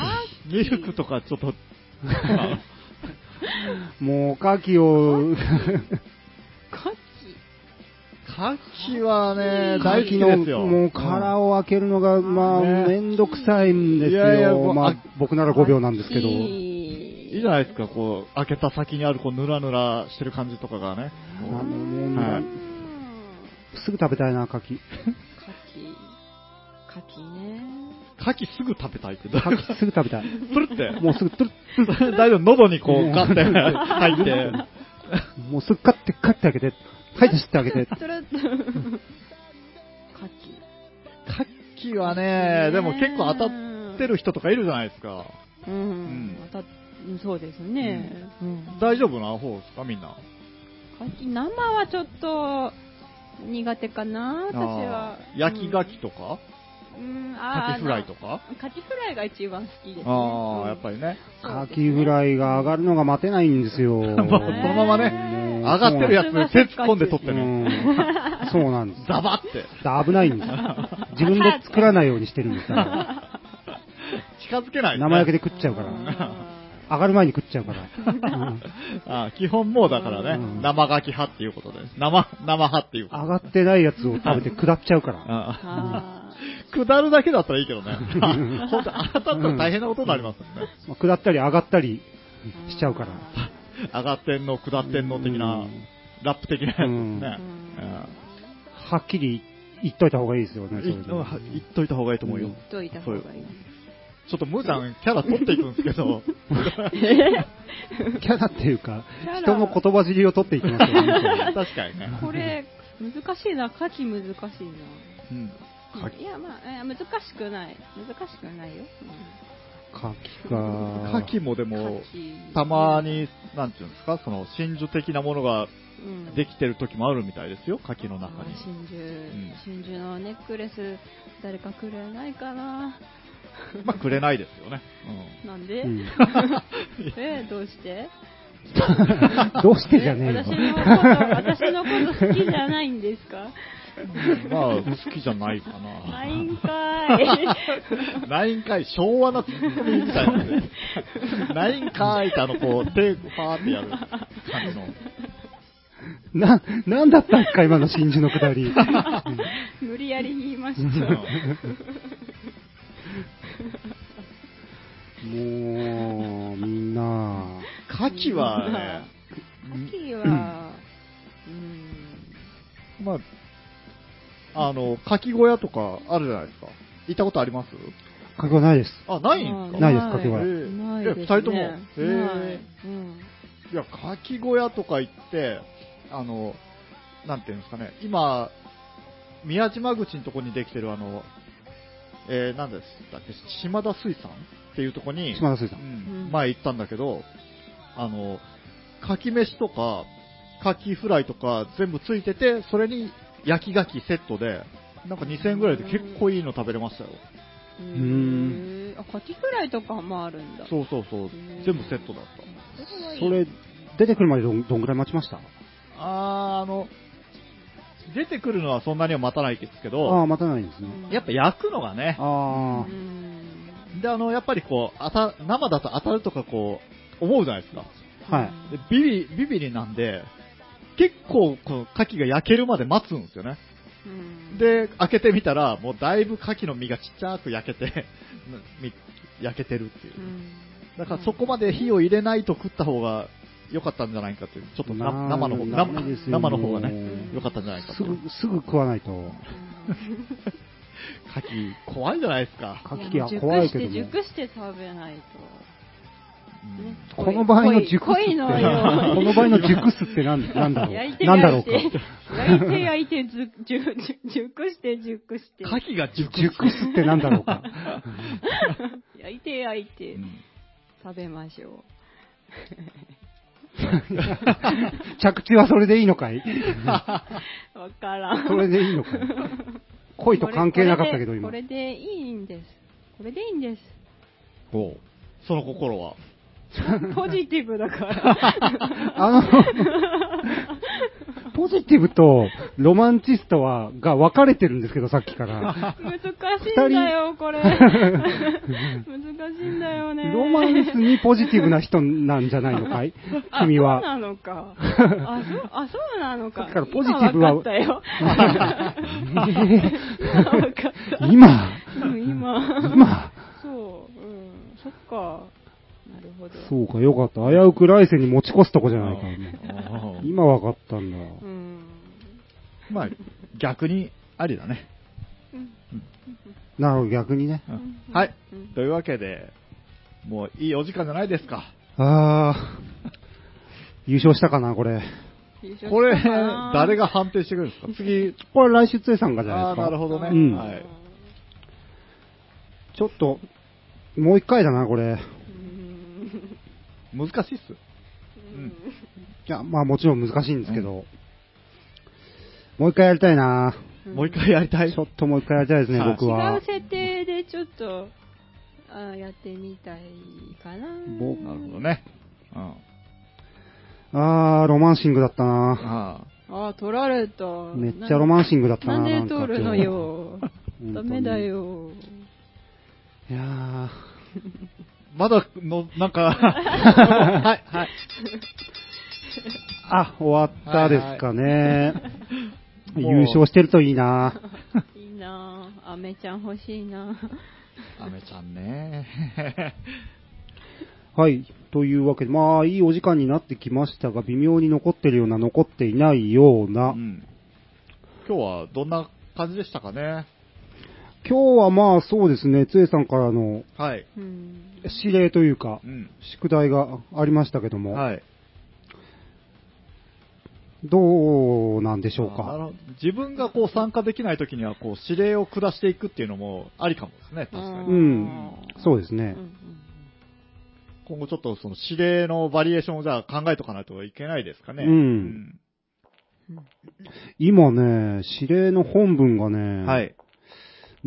[SPEAKER 2] ミルクとかちょっ と、
[SPEAKER 1] もう牡蠣を、
[SPEAKER 3] カ
[SPEAKER 2] かきはね、
[SPEAKER 1] 牡
[SPEAKER 2] 大
[SPEAKER 1] 蠣
[SPEAKER 2] 好き
[SPEAKER 1] の
[SPEAKER 2] ですよ。
[SPEAKER 1] もう殻を開けるのが、まあ、
[SPEAKER 2] ね
[SPEAKER 1] めんどくさいんです
[SPEAKER 2] いやいやも
[SPEAKER 1] よ。
[SPEAKER 2] う
[SPEAKER 1] まあ
[SPEAKER 2] あ、
[SPEAKER 1] 僕なら5秒なんですけど。
[SPEAKER 2] いいじゃないですか、こう、開けた先にある、こう、ぬらぬらしてる感じとかがね。
[SPEAKER 1] あの、もう、
[SPEAKER 2] はい
[SPEAKER 1] すぐ食べたいな、牡蠣。
[SPEAKER 3] カキカキね。
[SPEAKER 2] かきすぐ食べたいって。
[SPEAKER 1] 牡蠣すぐ食べたい。
[SPEAKER 2] プルって。
[SPEAKER 1] もうすぐ、トゥル
[SPEAKER 2] 大丈夫、喉にこう、ガッて入って。
[SPEAKER 1] もうすぐカッてカッて開けて、はい、吸ってあげて。
[SPEAKER 3] トゥルッと。カキ
[SPEAKER 2] カキはね、でも結構当たってる人とかいるじゃないですか。
[SPEAKER 3] うんん、当たっうんそうですね。うん
[SPEAKER 2] 大丈夫な方ですか、みんな。
[SPEAKER 3] 牡蠣生はちょっと苦手かな、私
[SPEAKER 2] あ。
[SPEAKER 3] は
[SPEAKER 2] ー焼き牡
[SPEAKER 3] き
[SPEAKER 2] 蠣とか、
[SPEAKER 3] うん、
[SPEAKER 2] カ
[SPEAKER 3] あー
[SPEAKER 2] キフライとか
[SPEAKER 3] な牡蠣フライが一番好きです、ね。
[SPEAKER 2] ああ、やっぱりね。
[SPEAKER 1] カキフライが上がるのが待てないんですよ。
[SPEAKER 2] まあこのままね、上がってるやつに手突っ込んで取って
[SPEAKER 1] う
[SPEAKER 2] ね、
[SPEAKER 1] ん。そうなんです。
[SPEAKER 2] ザバって。
[SPEAKER 1] 危ないんです。自分で作らないようにしてるんですから。
[SPEAKER 2] 近づけない、
[SPEAKER 1] 生焼け
[SPEAKER 2] で
[SPEAKER 1] で食っちゃうから。
[SPEAKER 3] ら。
[SPEAKER 1] 上がる前に食っちゃうから。うん
[SPEAKER 2] すね。あー基本もうだから
[SPEAKER 1] う
[SPEAKER 2] ね、
[SPEAKER 1] ん
[SPEAKER 2] 生ガキ派っていうことで。生、生派っていうこと
[SPEAKER 1] 上がってないやつを食べて下っちゃうから。
[SPEAKER 2] あ
[SPEAKER 3] あ
[SPEAKER 2] ー下るだけだったらいいけど ね。本当当たったら大変なことになりますよね。
[SPEAKER 1] まあ下ったり上がったり
[SPEAKER 3] ー
[SPEAKER 1] しちゃうから。
[SPEAKER 2] 上がってんの、下ってんの的
[SPEAKER 1] う、
[SPEAKER 2] なんラップ的なやつですね
[SPEAKER 3] う。
[SPEAKER 1] はっきり言っといた方がいいですよ
[SPEAKER 2] う
[SPEAKER 1] ね。
[SPEAKER 2] ん
[SPEAKER 1] そういう
[SPEAKER 2] い
[SPEAKER 1] の
[SPEAKER 2] 言っといた方がいいと思うよ。
[SPEAKER 1] うん
[SPEAKER 3] 言っといた方がいい。
[SPEAKER 2] ちょっとムーちゃん、キャラ取っていくんですけど、
[SPEAKER 1] キャラっていうか
[SPEAKER 3] キャ、ラ
[SPEAKER 1] 人の言葉尻を取っていきますよね。
[SPEAKER 2] 確かにね。
[SPEAKER 3] これ、難しいな、牡蠣難しい
[SPEAKER 2] うん
[SPEAKER 3] な。いや、まあ、えー難しくない。難しくないよ。うん
[SPEAKER 1] カキか。
[SPEAKER 2] 牡蠣もでも、
[SPEAKER 3] 牡蠣
[SPEAKER 2] たま、に、なんていうんですか、その、真珠的なものが
[SPEAKER 3] うん
[SPEAKER 2] できてる時もあるみたいですよ、牡蠣の中に。
[SPEAKER 3] 真
[SPEAKER 2] ん
[SPEAKER 3] 珠、真珠のネックレス誰かくれないかな
[SPEAKER 2] まあ、くれないですよね。
[SPEAKER 3] なんで、
[SPEAKER 1] うん
[SPEAKER 3] えどうして
[SPEAKER 1] どうしてじゃねえよ
[SPEAKER 3] 私。のこと私のこと好きじゃないんですか
[SPEAKER 2] うんまあ、好きじゃないか
[SPEAKER 3] な
[SPEAKER 2] な。
[SPEAKER 3] いん かい
[SPEAKER 2] ないんかい、昭和なツッコミみたいなね。ないんかいって、あの、こう、手、ファーってやる感じの。
[SPEAKER 1] な、なんだったんですか、今の真珠のくだり。
[SPEAKER 3] 無理やり言いまし
[SPEAKER 1] もう、みんな、
[SPEAKER 2] 牡蠣はね、
[SPEAKER 3] た秋はうん
[SPEAKER 2] まあ、あの、牡蠣小屋とかあるじゃないですか。行ったことあります
[SPEAKER 1] かきはないです。
[SPEAKER 2] あ、ないんですか
[SPEAKER 1] ないですかきは
[SPEAKER 2] えー
[SPEAKER 3] ない
[SPEAKER 2] いや
[SPEAKER 3] です、ね、
[SPEAKER 2] 二人とも。
[SPEAKER 3] ない
[SPEAKER 2] えー
[SPEAKER 3] うん
[SPEAKER 2] いや、牡蠣小屋とか行って、あの、なんていうんですかね、今、宮島口のとこにできてる、あの、えー、なんですだっけ、島田水産っていうとこに、
[SPEAKER 1] 島田水産
[SPEAKER 2] う。
[SPEAKER 3] うんん
[SPEAKER 2] 前行ったんだけど、あの、牡蠣飯とか、牡蠣フライとか全部ついてて、それに焼き牡蠣セットで、なんか2000円ぐらいで結構いいの食べれましたよ。
[SPEAKER 3] へ
[SPEAKER 1] ーん
[SPEAKER 3] ーあ、カキフライとかもあるんだ。
[SPEAKER 2] そうそうそう、全部セットだっ
[SPEAKER 1] それ、出てくるまでどんどんぐらい待ちました
[SPEAKER 2] た。あー、あの、出てくるのはそんなには待たないですけ
[SPEAKER 1] ああ、
[SPEAKER 2] ど、
[SPEAKER 1] 待たないんですね。
[SPEAKER 2] やっぱ焼くのがね、
[SPEAKER 1] ああ、
[SPEAKER 3] うん
[SPEAKER 2] で、あの、やっぱりこう、当た、生だと当たるとかこう、思うじゃないですか。
[SPEAKER 1] はい
[SPEAKER 2] でビビ、ビビリなんで、結構この牡蠣が焼けるまで待つんですよね。
[SPEAKER 3] うん
[SPEAKER 2] で、開けてみたら、もうだいぶ牡蠣の身がちっちゃく焼けて、 み焼けてるっていうう。
[SPEAKER 3] ん
[SPEAKER 2] だからそこまで火を入れないと食った方が良かったんじゃないかっていう。ちょっとな生の方、
[SPEAKER 1] な
[SPEAKER 2] 生
[SPEAKER 1] るほどですよ
[SPEAKER 2] 生の方がね、
[SPEAKER 1] もう
[SPEAKER 2] 良かったんじゃないかっ
[SPEAKER 1] す
[SPEAKER 2] ていう。
[SPEAKER 1] ぐ、すぐ食わないと。
[SPEAKER 2] 牡蠣怖いじゃないですか。
[SPEAKER 1] かき器はい
[SPEAKER 3] や
[SPEAKER 1] 怖いけども。
[SPEAKER 3] 熟して、熟して食べないと。ね
[SPEAKER 1] この場合の熟すっ
[SPEAKER 3] 濃
[SPEAKER 1] て、
[SPEAKER 3] い
[SPEAKER 1] こ
[SPEAKER 3] のよ。
[SPEAKER 1] の場合の熟すってなんなんだろ
[SPEAKER 3] 焼いうて
[SPEAKER 1] なんだろ
[SPEAKER 3] 焼いう
[SPEAKER 1] か
[SPEAKER 3] て。、焼いて焼いて、ずじゅじゅ熟して熟して、
[SPEAKER 2] 牡蠣が熟す。
[SPEAKER 1] 熟すってなんだろう か。
[SPEAKER 3] 焼いて焼いうて
[SPEAKER 2] ん
[SPEAKER 3] 食べましょ。
[SPEAKER 1] 着地はそれでいいのかいう
[SPEAKER 3] わからん。
[SPEAKER 1] それでいいのかい恋と関係なかったけど、今
[SPEAKER 3] こ。れでいいんです。これでいい んです。
[SPEAKER 2] ほうその心は。
[SPEAKER 3] ポジティブだ から。
[SPEAKER 1] あの、ポジティブとロマンチストは、が分かれてるんですけど、さっきから。
[SPEAKER 3] 難しいんだよ、これ。難しいんだよね。
[SPEAKER 1] ロマンスにポジティブな人なんじゃないのかい
[SPEAKER 3] あ
[SPEAKER 1] 君
[SPEAKER 3] そう
[SPEAKER 1] は。
[SPEAKER 3] なのか。あ、そう、あ、そうなのか。
[SPEAKER 1] だからポジティブは
[SPEAKER 3] 今わか ったよ。今わかった。
[SPEAKER 1] 今、
[SPEAKER 3] うん今。
[SPEAKER 1] 今、
[SPEAKER 3] そう、うん。そっか。なるほど。
[SPEAKER 1] そうか、よかった。危うく来世に持ち越すとこじゃないか。
[SPEAKER 2] あー
[SPEAKER 1] 今分かったんだ。
[SPEAKER 3] うん。
[SPEAKER 2] まあ、逆にありだね。
[SPEAKER 3] うん
[SPEAKER 1] なるほど、逆にね。
[SPEAKER 2] うん
[SPEAKER 3] うん
[SPEAKER 2] はい
[SPEAKER 3] うん。
[SPEAKER 2] というわけで、もういいお時間じゃないですか。
[SPEAKER 1] あー、優勝したかな、これ。
[SPEAKER 3] 優勝
[SPEAKER 2] これ
[SPEAKER 3] したかな、
[SPEAKER 2] 誰が判定してくるんですか
[SPEAKER 1] 次、これ来週つえさんがじゃない
[SPEAKER 2] あ
[SPEAKER 1] で
[SPEAKER 2] あ
[SPEAKER 1] す
[SPEAKER 2] ー、
[SPEAKER 1] か。
[SPEAKER 2] なるほどね。
[SPEAKER 1] うん
[SPEAKER 2] はい。
[SPEAKER 1] ちょっと、もう一回だな、これ。
[SPEAKER 3] うん
[SPEAKER 2] 難しいっす。うん
[SPEAKER 1] いや、まあもちろん難しいんですけど。もう一回やりたいな。
[SPEAKER 3] うん
[SPEAKER 2] もう一回やりたい。
[SPEAKER 1] ちょっともう一回やりたいですね、
[SPEAKER 2] はい
[SPEAKER 1] 僕は。
[SPEAKER 3] 違う設定でちょっと、あやってみたいかな。
[SPEAKER 1] ぼ
[SPEAKER 2] なるほどね。うん。
[SPEAKER 1] あー、ロマンシングだったな。
[SPEAKER 2] あ
[SPEAKER 3] あ、取られた。
[SPEAKER 1] めっちゃロマンシングだったな。
[SPEAKER 3] なんで
[SPEAKER 1] か
[SPEAKER 3] 取るのよ。
[SPEAKER 1] 今日
[SPEAKER 3] ダメだ。よ。
[SPEAKER 1] 本当にいやー、
[SPEAKER 2] ーまだ、の、なん か、はい、はい。
[SPEAKER 1] あ、終わったですかね。
[SPEAKER 2] い
[SPEAKER 1] 優勝してるといいな。
[SPEAKER 3] いいなぁ。アメちゃん欲しいな
[SPEAKER 2] アメちゃんね。
[SPEAKER 1] はい。というわけで、まあ、いいお時間になってきましたが、微妙に残ってるような、残っていないよう
[SPEAKER 2] う
[SPEAKER 1] な。
[SPEAKER 2] ん。今日はどんな感じでしたかね。
[SPEAKER 1] 今日はまあ、そうですね、つえさんからの
[SPEAKER 2] はい。
[SPEAKER 3] うん。
[SPEAKER 1] 指令というか
[SPEAKER 2] う、ん。
[SPEAKER 1] 宿題がありましたけども、
[SPEAKER 2] はい。
[SPEAKER 1] どうなんでしょう
[SPEAKER 2] あ
[SPEAKER 1] か。
[SPEAKER 2] の自分がこう参加できないときには、こう指令を下していくっていうのもありかもですね、確か
[SPEAKER 3] あ
[SPEAKER 2] に
[SPEAKER 3] ー。
[SPEAKER 1] うんそうですね
[SPEAKER 3] うん
[SPEAKER 2] 今後ちょっとその指令のバリエーションをじゃあ考えとかないといけないですかね。
[SPEAKER 1] うん今ね、指令の本文が
[SPEAKER 2] う
[SPEAKER 1] ね、
[SPEAKER 2] んはい。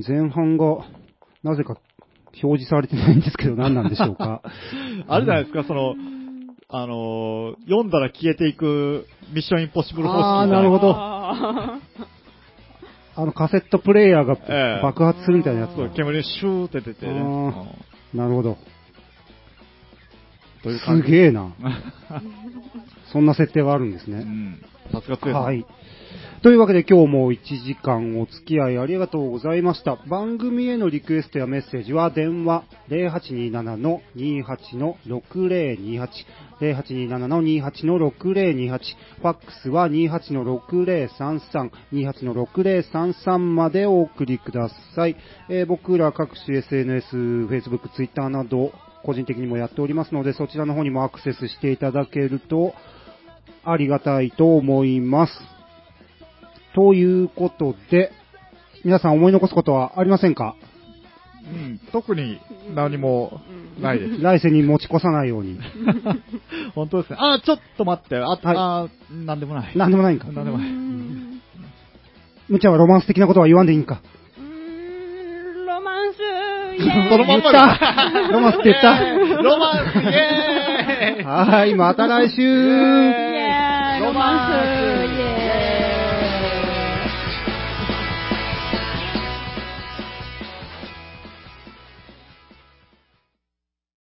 [SPEAKER 1] 前半が、なぜか表示されてないんですけど、何なんでしょうか。
[SPEAKER 2] あれじゃないですか、その、あのー読んだら消えていくミッションインポッシブル方式みたい
[SPEAKER 1] あーなるほど
[SPEAKER 3] あ
[SPEAKER 1] あの、カセットプレイヤーが
[SPEAKER 2] ええ
[SPEAKER 1] 爆発するみたいなやつ。
[SPEAKER 2] そう、煙にシューって出てね。
[SPEAKER 1] あー
[SPEAKER 2] うん
[SPEAKER 1] なるほど。
[SPEAKER 2] という感
[SPEAKER 1] す
[SPEAKER 2] じ。
[SPEAKER 1] げえ な。そんな設定があるんです
[SPEAKER 2] う
[SPEAKER 1] ね。
[SPEAKER 2] ん。さすが強い。
[SPEAKER 1] は。い。というわけで今日も1時間お付き合いありがとうございました。番組へのリクエストやメッセージは電話0827-28-6028、0827-28-6028、ファックスは28-6033、28-6033までお送りください。えー僕ら各種 SNS、Facebook、Twitter など、個人的にもやっておりますので、そちらの方にもアクセスしていただけると、ありがたいと思います。ということで、皆さん思い残すことはありませんか
[SPEAKER 2] うん。特に何もないです。
[SPEAKER 1] 来世に持ち越さないように。
[SPEAKER 2] 本当ですね。あー、ちょっと待って。あ、
[SPEAKER 1] はい
[SPEAKER 2] あー、なんでもない。
[SPEAKER 1] なんでもないんか。
[SPEAKER 2] なんでもない。
[SPEAKER 1] むちゃんはロマンス的なことは言わんでいいんか。
[SPEAKER 3] うーん、ロマンス、イエーイ
[SPEAKER 2] そのまんまだ
[SPEAKER 1] 言ったロマンスって言った
[SPEAKER 2] イエーイロマンスイエーイ
[SPEAKER 1] はーい、また来週
[SPEAKER 2] イエーイ
[SPEAKER 3] イエーイロマンス